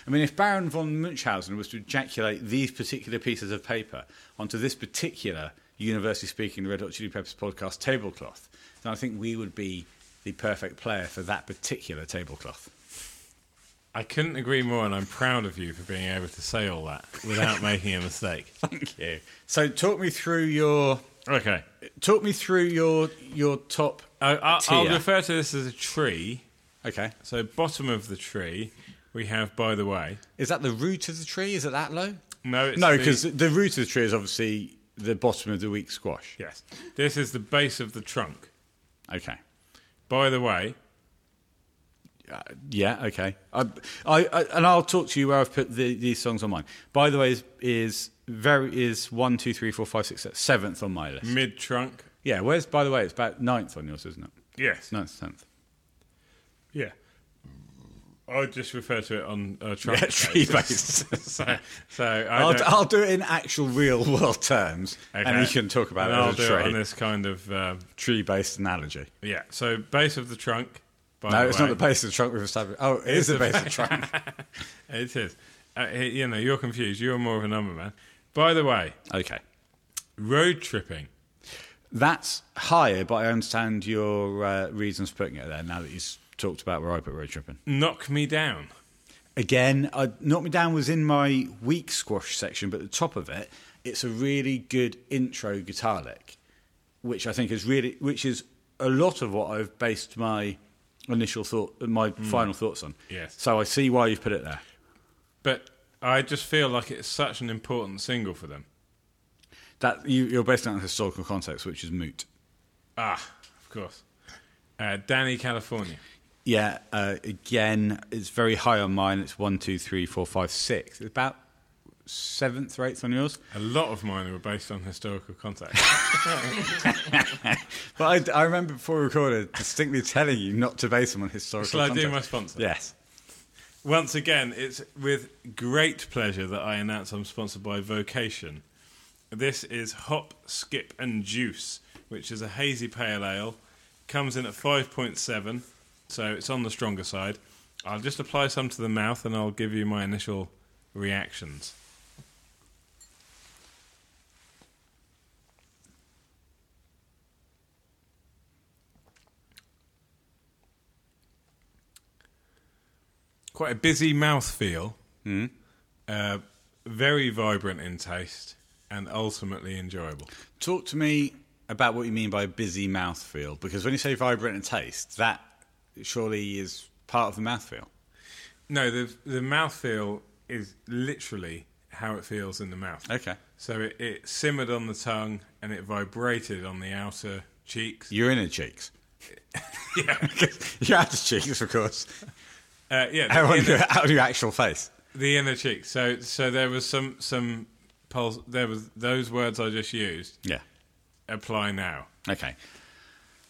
I mean, if Baron von Munchausen was to ejaculate these particular pieces of paper onto this particular University Speaking Red Hot Chili Peppers podcast tablecloth, then I think we would be the perfect player for that particular tablecloth.
I couldn't agree more, and I'm proud of you for being able to say all that without making a mistake.
Thank you. So, talk me through your
Okay.
talk me through your your top.
I, I, I'll
Tier.
refer to this as a tree.
Okay.
So, bottom of the tree, we have, by the way.
Is that the root of the tree? Is it that low?
No, it's
No,
the-
because the root of the tree is obviously the bottom of the weak squash.
Yes. This is the base of the trunk.
Okay.
By the way,
Yeah. Okay. I, I, I and I'll talk to you where I've put the, these songs on mine. By the way, is, is very is one, two, three, four, five, six, seven, seventh on my list.
mid trunk.
Yeah. Where's by the way? It's about ninth on yours, isn't it?
Yes.
Ninth, tenth.
Yeah. I'll just refer to it on a trunk.
Yeah, tree
basis. so, so I
I'll,
don't-
I'll do it in actual real world terms, and
okay.
you can talk about
And I'll
it as
do it
a
on
tree
this kind of um,
tree based analogy.
yeah. So base of the trunk. By
No,
the
it's
way.
not the base of the trunk we've established. Oh, it is the base of the trunk.
It is. Uh, you know, you're confused. You're more of a number man. By the way,
Okay.
road tripping.
That's higher, but I understand your uh, reasons for putting it there now that you've talked about where I put road tripping.
Knock me down.
Again, I, Knock Me Down was in my weak squash section, but at the top of it, it's a really good intro guitar lick, which I think is really, which is a lot of what I've based my initial thought, my final thoughts on.
Yes.
So I see why you've put it there.
But I just feel like it's such an important single for them.
That you, You're basing it on historical context, which is moot.
Ah, of course. Uh, Danny, California.
Yeah, uh, again, it's very high on mine. It's one, two, three, four, five, six. It's about seventh or eighth on yours.
A lot of mine were based on historical context.
But I, I remember before we recorded distinctly telling you not to base them on historical.
Shall I do
context.
my sponsor?
Yes.
Once again, it's with great pleasure that I announce I'm sponsored by Vocation. This is Hop, Skip, and Juice, which is a hazy pale ale. Comes in at 5.7, so it's on the stronger side. I'll just apply some to the mouth and I'll give you my initial reactions. quite a busy mouth feel, uh, very vibrant in taste, and ultimately enjoyable.
Talk to me about what you mean by busy mouthfeel, because when you say vibrant and taste, that surely is part of the mouthfeel.
No, the the mouth feel is literally how it feels in the mouth.
Okay.
So it, it simmered on the tongue and it vibrated on the outer cheeks.
Your inner cheeks.
Yeah,
Your outer cheeks, of course.
uh, yeah. the
Out on,
inner-
your, out on your actual face.
the inner cheek. So so there was some some pulse. There was those words I just used
Yeah.
apply now.
Okay.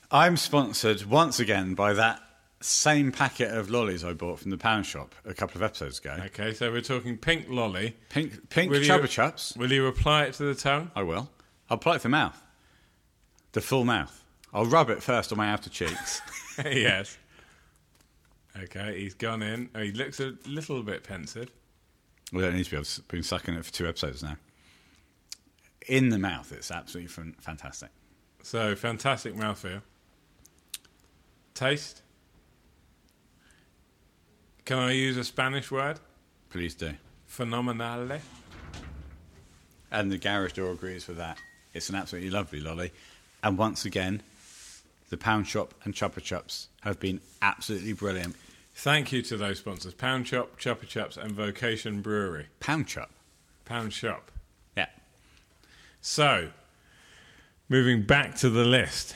I'm sponsored once again by that same packet of lollies I bought from the pound shop a couple of episodes ago.
Okay, so we're talking pink lolly.
Pink, pink
Will you-
chubba chups.
Will you apply it to the tongue?
I will. I'll apply it for mouth. The full mouth. I'll rub it first on my outer cheeks.
yes. Okay, he's gone in. Oh, he looks a little bit pensive.
we don't need to be. I've been sucking it for two episodes now. In the mouth, it's absolutely fan- fantastic.
So fantastic mouthfeel. Taste. Can I use a Spanish word?
Please do.
Phenomenale.
And the garage door agrees with that. It's an absolutely lovely lolly. And once again, the pound shop and Chupa Chups have been absolutely brilliant.
Thank you to those sponsors: Pound Shop, Chopper Chops, and Vocation Brewery.
Pound Chup.
Pound Shop.
Yeah.
So, moving back to the list,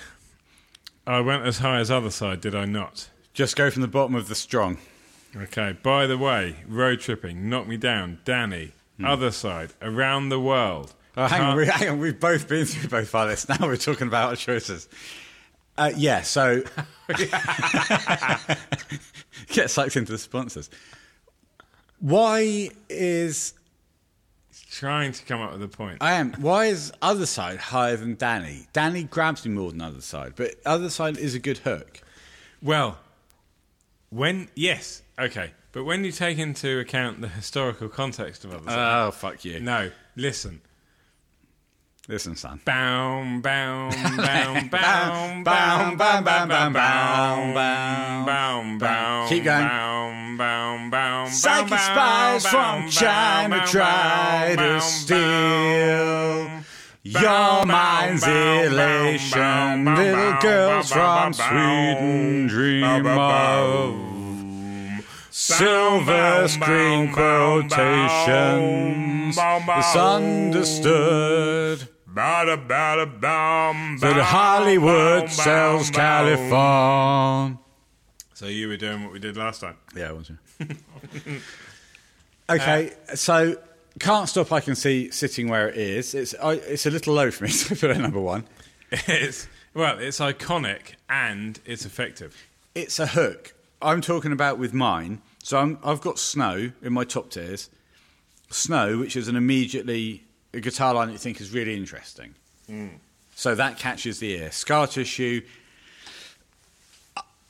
I went as high as other side, did I not?
Just go from the bottom of the strong.
Okay. By the way, road tripping, knock me down, Danny. Other side, around the world.
Oh, hang, on,
Can't-
we, hang on, we've both been through both our lists. Now we're talking about our choices. Uh, yeah, so get sucked into the sponsors. Why is
trying to come up with a point.
I am why is other side higher than Danny? Danny grabs me more than other side, but other side is a good hook.
well, when yes, okay, but when you take into account the historical context of other side,
Oh fuck you!
no, listen,
Listen, son.
bound, bound, bound, bound,
Bound,
bound,
bound,
bound,
bound,
bound,
bound, bound, bound,
bound, bound, bound, bound.
Keep going.
Bound, bound, bound,
Psychic
bound,
spies
bound,
from China
bound,
try
bound,
to steal
bound,
your
Bow, bow,
mind's
bow,
elation.
bow, bow,
Little
bow,
girls from
bow, bow, bow,
Sweden
bow,
dream of silver
bow,
screen
bow, bow,
quotations.
bow, bow.
It's understood
Bada, bada, bow,
that
bow,
Hollywood
bow,
sells
bow.
California.
So you were doing what we did last time.
Yeah, I want to. okay, so can't stop. I can see sitting where it is. It's I, it's a little low for me, so I put it at number one.
It's well, it's iconic and it's effective.
It's a hook. I'm talking about with mine. So I'm, I've got snow in my top tiers. Snow, which is an immediately a guitar line that you think is really interesting. So that catches the ear. Scar tissue.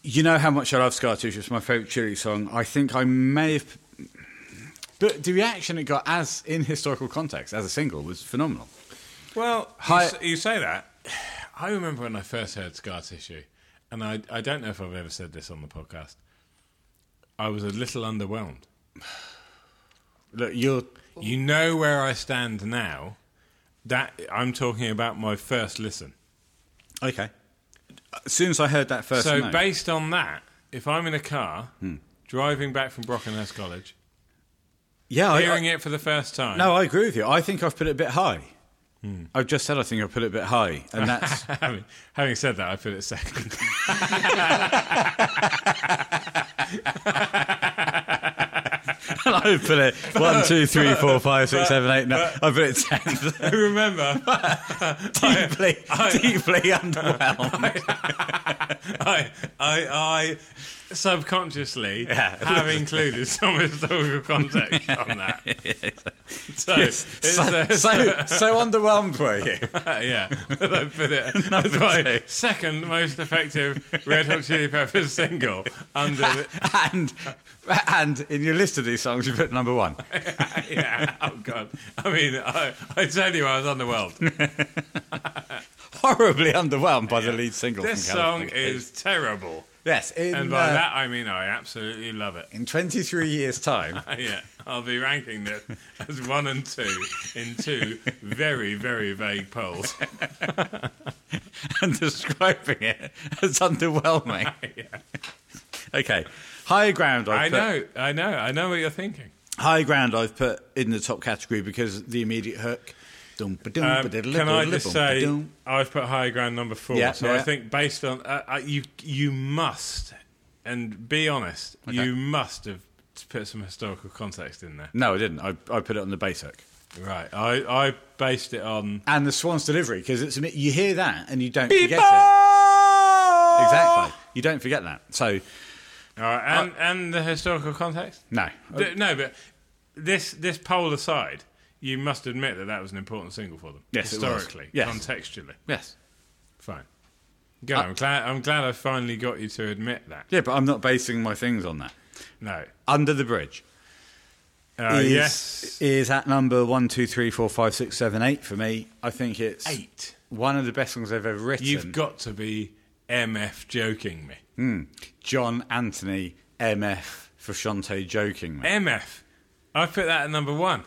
You know how much I love Scar Tissue. It's my favourite Chili song. I think I may have. But the reaction it got, as in historical context, as a single, was phenomenal.
Well, you,
Hi-
s- you say that. I remember when I first heard Scar Tissue, and I, I don't know if I've ever said this on the podcast. I was a little underwhelmed.
Look, you're.
You know where I stand now. That I'm talking about my first listen.
Okay. As soon as I heard that first
so
note- Hmm.
based on that, if I'm in a car driving back from Brockenhurst College,
yeah, I- I,
hearing it for the first time,
No, I agree with you. I think I've put it a bit high. I've just said I think I've put it a bit high, and that's
having, having said that, I put it second.
and I've put it one, two, three, four, five, six, seven, eight, nine. I put it ten.
I remember
deeply,
I-
deeply underwhelmed.
I, I, I subconsciously
Yeah.
have included some historical context on that. So, it's,
so,
uh,
so, so underwhelmed were you?
yeah, I put it. That's my second most effective Red Hot Chili Peppers single under the,
and and in your list of these songs, you put number one.
yeah. Oh God! I mean, I, I tell you, I was underwhelmed.
Horribly underwhelmed by the lead single.
This
from
song
California.
is terrible,
yes. In,
and by
uh,
that I mean I absolutely love it.
in 23 years' time,
Yeah, I'll be ranking this as one and two in two very, very vague polls.
and describing it as underwhelming. Okay, high ground. I've
I
put-
know, I know, I know what you're thinking.
High ground. I've put in the top category because the immediate hook. Dum, ba-dum,
Um,
ba-diddle,
can I
diddle,
just
bum,
say
ba-dum.
I've put high ground number four,
Yeah,
so I
yeah.
think based on uh, uh, you, you must and be honest, you must have put some historical context in there.
No, I didn't. I, I put it on the bass hook
Right, I, I based it on
and the Swans delivery because it's you hear that and you don't forget it.
Bebop!
Exactly. You don't forget that. So
All right,
Uh,
and and the historical context.
no.
Th- no, but this this poll aside, you must admit that that was an important single for them.
Yes, it was.
historically,
Yes.
contextually,
yes.
fine. Go. I'm glad. I'm glad I finally got you to admit that.
Yeah, but I'm not basing my things on that.
No.
Under the Bridge
Uh,
is,
yes.
is at number one, two, three, four, five, six, seven, eight for me. I think it's
Eight.
one of the best songs I've ever written.
You've got to be mf joking me.
John Anthony MF for Shante joking. Me.
Mf. I put that at number one.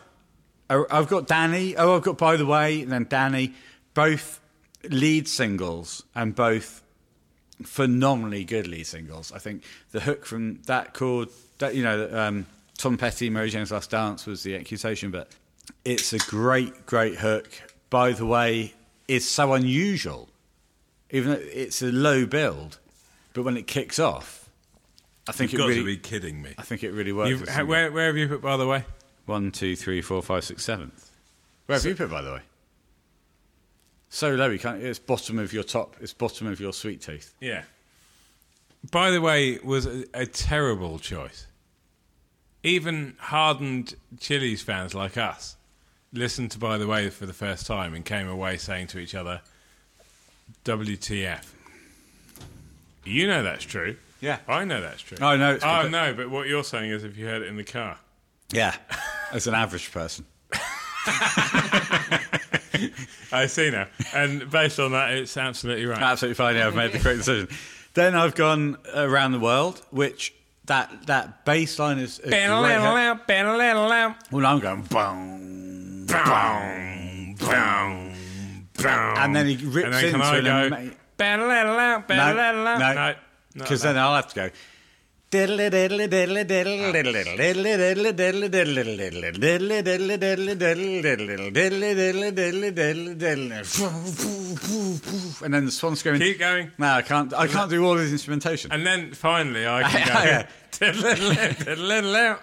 Oh, I've got Danny. Oh, I've got By the Way and then Danny. Both lead singles and both phenomenally good lead singles. I think the hook from that chord, that, you know, um, Tom Petty, Mary Jane's Last Dance was the accusation, but it's a great, great hook. By the Way is so unusual, even though it's a low build, but when it kicks off, I think
You've
it
got
really,
to be kidding me.
I think it really works.
You've-
as a
ha-
single.
where, where have you put, by the way?
One, two, three, four, five, six, seven. Where have you put, by the way? So low, you can't. It's bottom of your top. It's bottom of your sweet tooth.
Yeah. By the way, was a, a terrible choice. Even hardened Chili's fans like us listened to By the Way for the first time and came away saying to each other, WTF. You know that's true.
Yeah.
I know that's true.
I know it's
Oh,
complete-
no, but what you're saying is if you heard it in the car.
Yeah, as an average person.
I see now. And based on that, it's absolutely right.
Absolutely fine. Yeah, I've made the correct decision. Then I've gone around the world, which that that bass line is. A great hook. well, I'm going boom, boom, boom. And then he rips
and then can
into
I
an
go,
ama-
"Ba-la-la-la, ba-la-la-la."
no,
no,
because
no.
then I'll have to go. And then the swan screaming.
Keep going.
No, I can't. I can't do all this instrumentation.
And then finally, I can go.
Yeah.
"Diddle-diddle-out, diddle-diddle-out,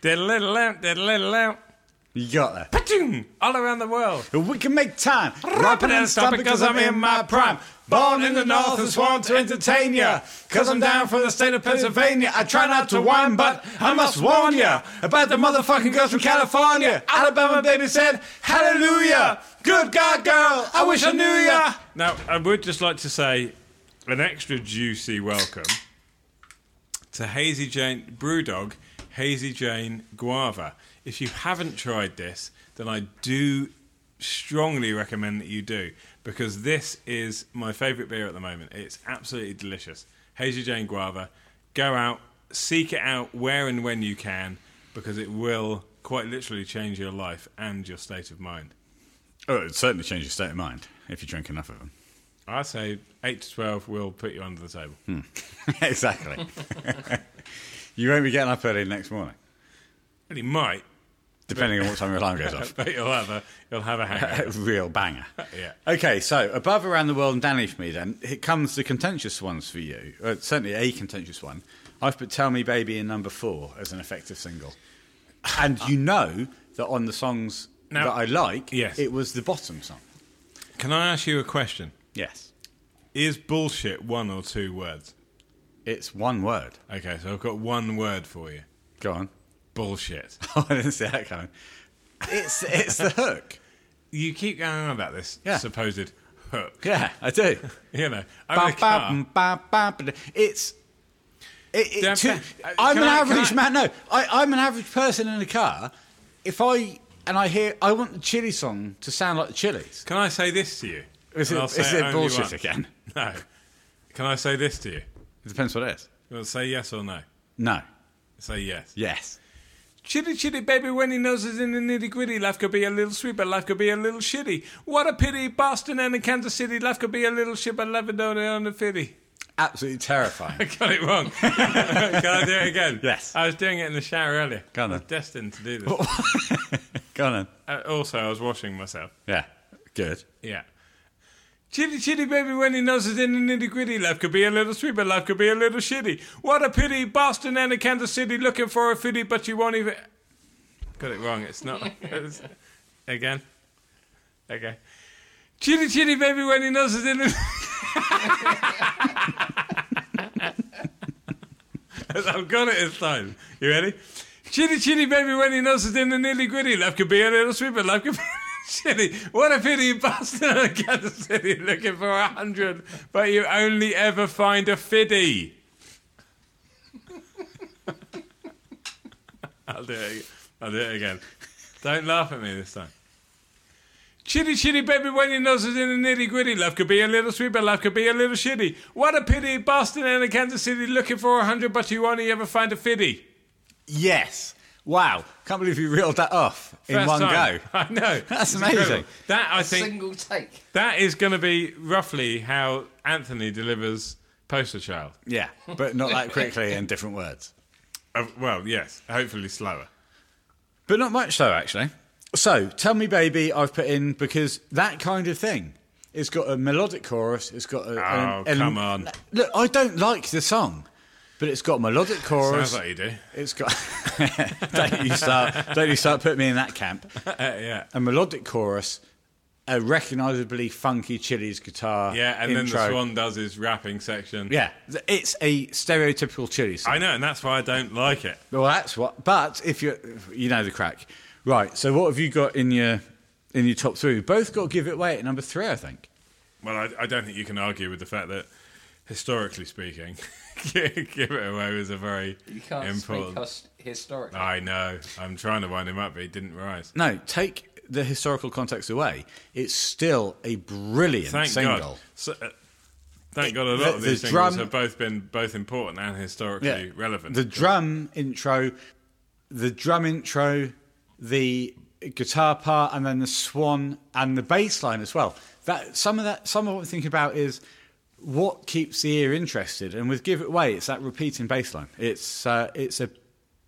diddle-diddle-out, diddle-diddle-out,
You got that.
pa-choom," all around the world.
We can make time. Rapping and stopping because I'm in my prime. Born in the north and sworn to entertain ya. Because I'm down from the state of Pennsylvania. I try not to whine, but I must warn ya about the motherfucking girls from California. Alabama baby said, Hallelujah. Good God, girl. I wish I knew ya.
Now, I would just like to say an extra juicy welcome to Hazy Jane Brewdog Hazy Jane Guava. If you haven't tried this, then I do strongly recommend that you do because this is my favourite beer at the moment. It's absolutely delicious. Hazy Jane Guava. Go out, seek it out where and when you can because it will quite literally change your life and your state of mind.
Oh, it certainly changes your state of mind if you drink enough of them.
I say eight to twelve will put you under the table.
exactly. you won't be getting up early next morning,
Well, you might,
depending on what time your alarm goes off.
but you'll have a you'll have a hangover.
real banger.
Yeah.
Okay, so above around the world and Danny for me then, it comes the contentious ones for you. Uh, certainly a contentious one. I've put Tell Me Baby in number four as an effective single.
and you know that on the songs
Now-
that I like,
Yes.
it was the bottom song.
Can I ask you a question?
Yes.
Is bullshit one or two words?
It's one word.
Okay, so I've got one word for you.
Go on.
Bullshit.
I didn't see that coming. It's, it's the hook.
You keep going on about this
Yeah.
supposed hook.
Yeah, I do.
You know, I'm in
Ba,
a car.
ba, ba, ba, ba. It's. It, it,
Don't
to,
fa- uh,
I'm
can
an
I- can
average
I-
man. No, I, I'm an average person in a car. If I and I hear, I want the Chili song to sound like the Chili's.
Can I say this to you?
Is
And
it,
I'll say
is it
only
bullshit
once.
again?
No. Can I say this to you?
It depends what it is.
You want to say yes or no?
No.
Say yes.
Yes.
Chitty chitty baby when he knows it's in the nitty gritty. Life could be a little sweet, but life could be a little shitty. What a pity, Boston and in Kansas City. Life could be a little shit, but love it on the- on the fitty.
Absolutely terrifying.
I got it wrong. Can I do it again?
Yes.
I was doing it in the shower earlier.
Go on
I was
then.
destined to do this.
Go on. Then.
Uh, also, I was washing myself.
Yeah. Good.
Yeah. Chitty chitty baby when he knows it's in the nitty gritty. Life could be a little sweet, but life could be a little shitty. What a pity, Boston and a Kansas City looking for a fitty, but you won't even. Got it wrong. It's not. it's- Again. Okay. Chitty chitty baby when he knows it's in the. I've got it this time. You ready? Chitty chitty baby when he knows it's in the nitty gritty. Life could be a little sweet, but life could be shitty. What a pity you bastard out of Kansas City looking for a hundred, but you only ever find a fiddy. I'll do it. ag- I'll do it again. Don't laugh at me this time. Chitty chitty baby when he knows it's in the nitty gritty. Life could be a little sweet, but life could be a little shitty. What a pity, Boston and a Kansas City looking for a hundred, but you only ever find a fiddy.
Yes. Wow. Can't believe you reeled that off in
First
one
time.
go.
I know. It's
That's amazing.
incredible. That I think
Single take.
that is going to be roughly how Anthony delivers Poster Child.
Yeah, but not that quickly in different words.
Uh, well, yes, hopefully slower.
But not much so, actually. So, Tell Me Baby, I've put in because that kind of thing. It's got a melodic chorus. It's got a.
Oh, come on.
Look, I don't like the song, but it's got melodic chorus.
Sounds like you do.
it's got. don't, you start, don't you start putting me in that camp.
Uh, yeah.
A melodic chorus, a recognisably funky Chili's guitar.
Yeah, and then
intro.
the Swan does his rapping section.
Yeah, th- it's a stereotypical Chili's song.
I know, and that's why I don't like it.
Well, that's what. But if you you know the crack, right? So what have you got in your in your top three? We've both got to give it away at number three, I think.
Well, I, I don't think you can argue with the fact that, historically speaking, Give It Away was a very
You can't
important.
speak us historically.
I know. I'm trying to wind him up, but he didn't rise.
No, take the historical context away. It's still a brilliant
Thank
single.
God. So, uh, thank God a lot of
the-
these
the
singles
drum-
have both been both important and historically relevant.
The drum intro, the drum intro, the guitar part, and then the swan and the bass line as well. That some of that some of what I'm thinking about is what keeps the ear interested, and with "Give It Away," it's that repeating bass line. It's uh, it's a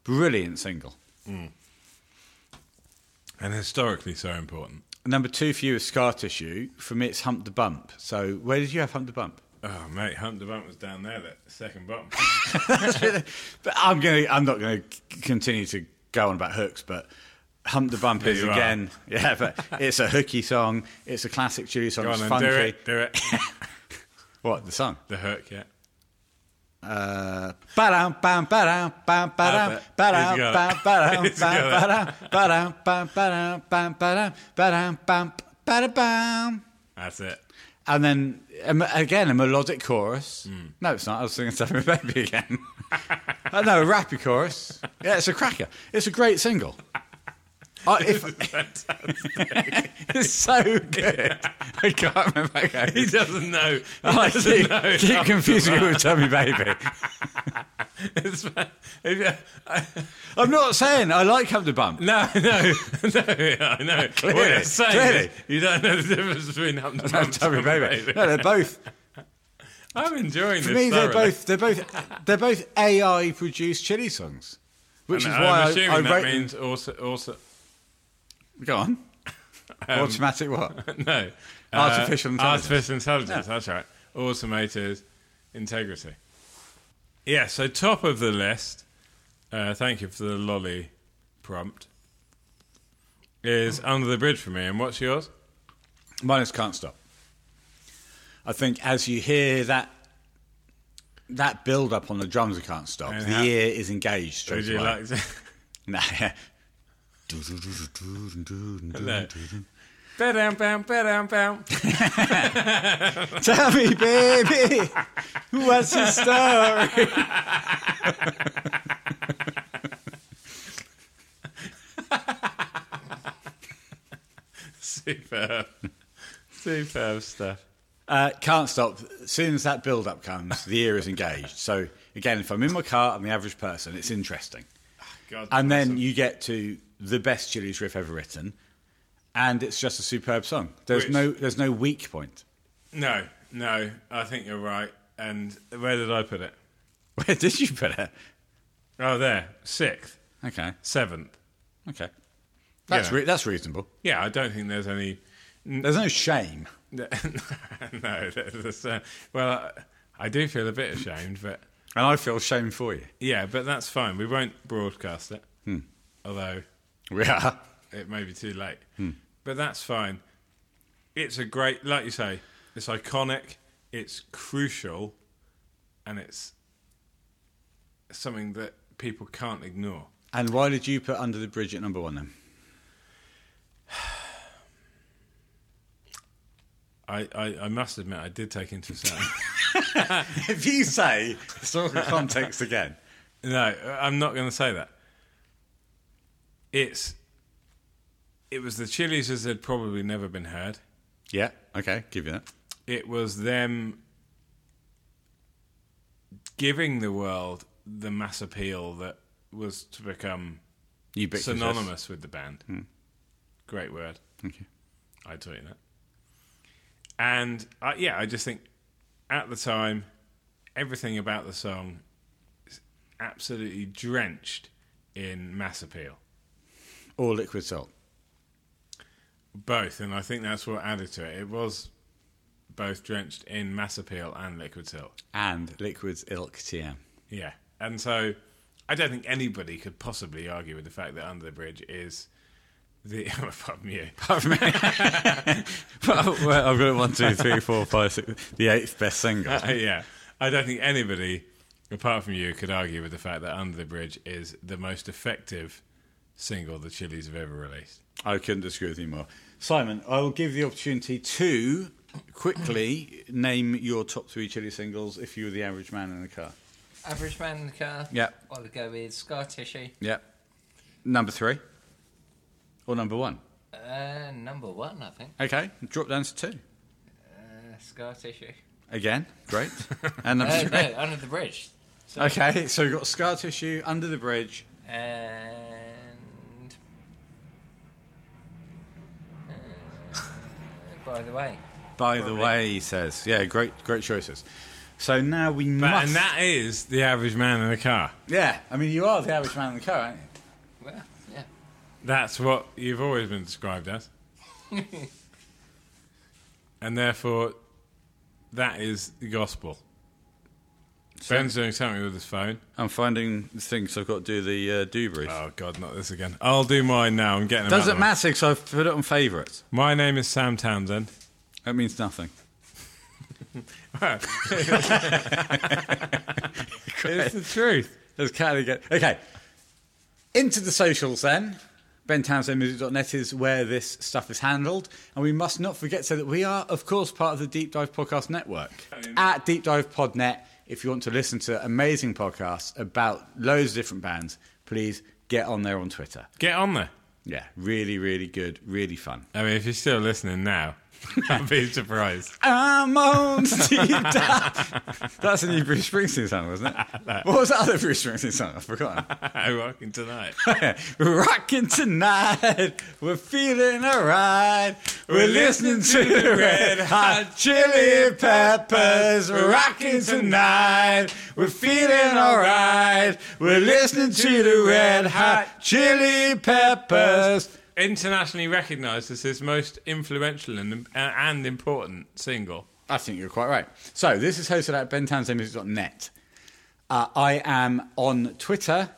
brilliant single.
and historically so important.
Number two for you is Scar Tissue. For me, it's Hump the Bump. So where did you have Hump the Bump?
Oh, mate, Hump the Bump was down there, that second bottom.
But I'm gonna I'm not gonna c- continue to go on about hooks, but Hump the Bump is
you are.
again yeah, but it's a hooky song, it's a classic Chewy song,
Go on
it's
and
funky.
do it, do it.
What, the song?
the hook, yeah.
Uh ba-dum, bam, ba-dum, bam, ba-dum,
He's
ba-dum,
got it.
bam, ba-dum,
He's
bam,
got
ba-dum, ba-dum, bam, ba-dum, bam, ba-dum, ba-dum, bam, ba-dum, bam.
That's it.
And then um, again, a melodic chorus. No, it's not. I was singing Seven Baby again. oh, no, a rappy chorus. Yeah, it's a cracker. It's a great single. I if, it's so good. I can't remember.
He
Okay.
doesn't know. He
I
doesn't
keep,
know.
keep confusing it with Tommy Baby.
It's fa- if you- I-
I'm not saying I like Hump the Bump.
no, no, no, I know. what
Clearly,
you're saying
clearly.
is you don't know the difference between Hump the Bump
and
and
Tommy
Hump
Baby.
Baby.
No, they're both.
I'm enjoying
For
this
me, they're
thoroughly.
both. They're both. They're both AI produced chili songs, which
And
is why
I'm
I-
assuming
I,
that
wrote.
means also, also
Go on.
Um,
Automatic what?
no. Uh,
Artificial intelligence.
Artificial intelligence, that's right. Automated integrity. Yeah, so top of the list, uh, thank you for the lolly prompt is Under the Bridge for me, and what's yours?
Mine is can't stop. I think as you hear that that build up on the drums, I can't stop.
And
the
how-
ear is engaged. Straight
Would you
away.
like to-
Nah, yeah.
Look. Ba-dam, bam, ba-dam, bam.
Tell me, baby, what's your story?
Superb. Superb stuff.
Uh, can't stop. As soon as that build up comes, the ear is engaged. So, again, if I'm in my car, I'm the average person, it's interesting.
God,
And
that's
then
a-
you get to the best Chili's riff ever written, and it's just a superb song. There's,
Which-
no, there's no weak point.
No, no, I think you're right. And where did I put it?
Where did you put it?
Oh, there. Sixth,
Okay,
seventh.
okay. That's,
Yeah.
re- that's reasonable.
Yeah, I don't think there's any.
There's no shame.
no, there's, uh, well, I, I do feel a bit ashamed, but
And I feel shame for you.
yeah, but that's fine. We won't broadcast it,
Hmm.
although
We are.
it may be too late. But that's fine. It's a great, like you say, it's iconic, it's crucial, and it's something that people can't ignore.
And why did you put Under the Bridge at number one then?
I, I, I must admit, I did take into account.
if you say, it's all the context again.
no, I'm not going to say that. It's it was the Chili's as they'd probably never been heard.
Yeah, okay, give you that.
It was them giving the world the mass appeal that was to become
Ubiquitous.
synonymous with the band. Great word.
Thank you.
I taught you that. And I, yeah, I just think at the time, everything about the song is absolutely drenched in mass appeal.
Or liquid salt.
Both, and I think that's what added to it. It was both drenched in mass appeal and liquid silk.
And liquids ilk TM.
Yeah. And so I don't think anybody could possibly argue with the fact that Under the Bridge is the apart from you.
well, well, I've got it one, two, three, four, five, six, the eighth best single.
Uh, yeah, I don't think anybody, apart from you, could argue with the fact that "Under the Bridge" is the most effective single the Chili's have ever released.
I couldn't disagree with you more. Simon, I will give the opportunity to quickly name your top three Chili singles if you were the average man in the car.
Average man in the car.
Yeah.
I'll go with scar tissue.
Yeah. Number three. Or number one.
Uh, number one, I think.
Okay, drop down to two.
Uh, scar tissue.
Again, great. And number
No,
three.
no, under the bridge. So,
Okay, so we've got scar tissue, under the bridge.
And. Uh, by the way,
By the way, he says, yeah, great, great choices. So now we
But,
must.
and that is the average man in a car.
yeah, I mean, you are the average man in the car, aren't you?
well, yeah.
That's what you've always been described as, and therefore, that is the gospel. Ben's doing something with his phone.
I'm finding things I've got to do the uh, do brief.
Oh God, not this again! I'll do mine now. I'm getting. them out of
Doesn't
the way.
matter because I've put it on favourites.
My name is Sam Townsend.
That means nothing.
It's the truth.
There's cat again. Okay. Into the socials then. BenTownsendMusic.net is where this stuff is handled. And we must not forget so that we are, of course, part of the Deep Dive Podcast Network. At Deep Dive Podnet, if you want to listen to amazing podcasts about loads of different bands, please get on there on Twitter.
Get on there.
Yeah, really, really good, really fun.
I mean, if you're still listening now, I'd be surprised.
I'm on Steve Dive. That's a new Bruce Springsteen song, wasn't it? What was that other Bruce Springsteen song? I've forgotten.
Working tonight.
We're rocking tonight. We're feeling alright. We're listening to the red hot chili peppers. We're rocking tonight. We're feeling alright. We're listening to the red hot chili peppers.
Internationally recognised as his most influential and, uh, and important single.
I think you're quite right. So this is hosted at bentownsendmusic.net. Uh, I am on Twitter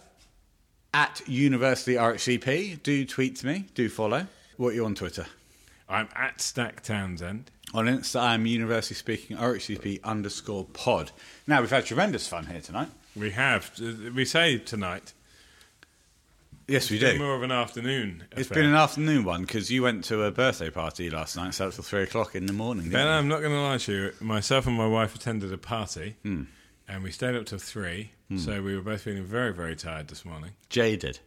at University RHCP. Do tweet to me. Do follow. What are you on Twitter?
I'm at Stack Townsend.
On Insta, I'm University Speaking RHCP underscore pod. Now, we've had tremendous fun here tonight.
We have. uh, We say tonight.
Yes, we
Bit
do.
More of an afternoon.
It's
affair.
been an afternoon one because you went to a birthday party last night, so up till three o'clock in the morning. didn't
Ben,
you?
I'm not going to lie to you. Myself and my wife attended a party,
Hmm.
and we stayed up till three. So we were both feeling very, very tired this morning,
Jaded.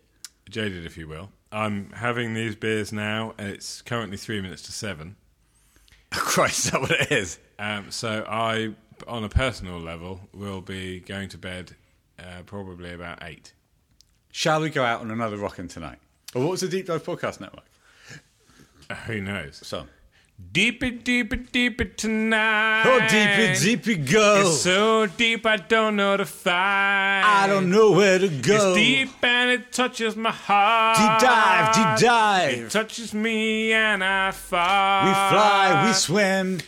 jaded, if you will. I'm having these beers now, and it's currently three minutes to seven.
Christ, is that what it is?
Um, so I, on a personal level, will be going to bed uh, probably about eight.
Shall we go out on another rockin' tonight? Or what was the Deep Dive Podcast Network?
Uh, Who knows?
So.
Deeper, deeper, deeper tonight.
Oh, deepy, deepy go.
It's so deep I don't know the find.
I don't know where to go.
It's deep and it touches my heart.
Deep dive,
It
deep dive.
touches me and I fart.
We fly, we swim.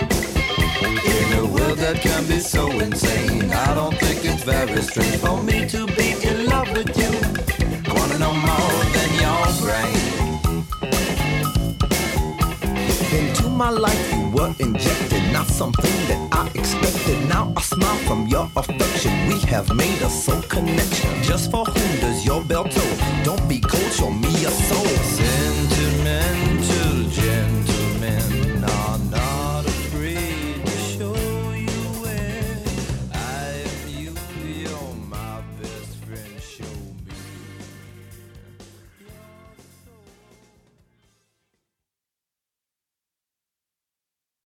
In a world that can be so insane, I don't think it's very strange for me to be in love with you. I wanna know more than your brain. Into my life you were injected, not something that I expected. Now I smile from your affection. We have made a soul connection. Just for whom does your bell toll? Don't be cold, show me your soul.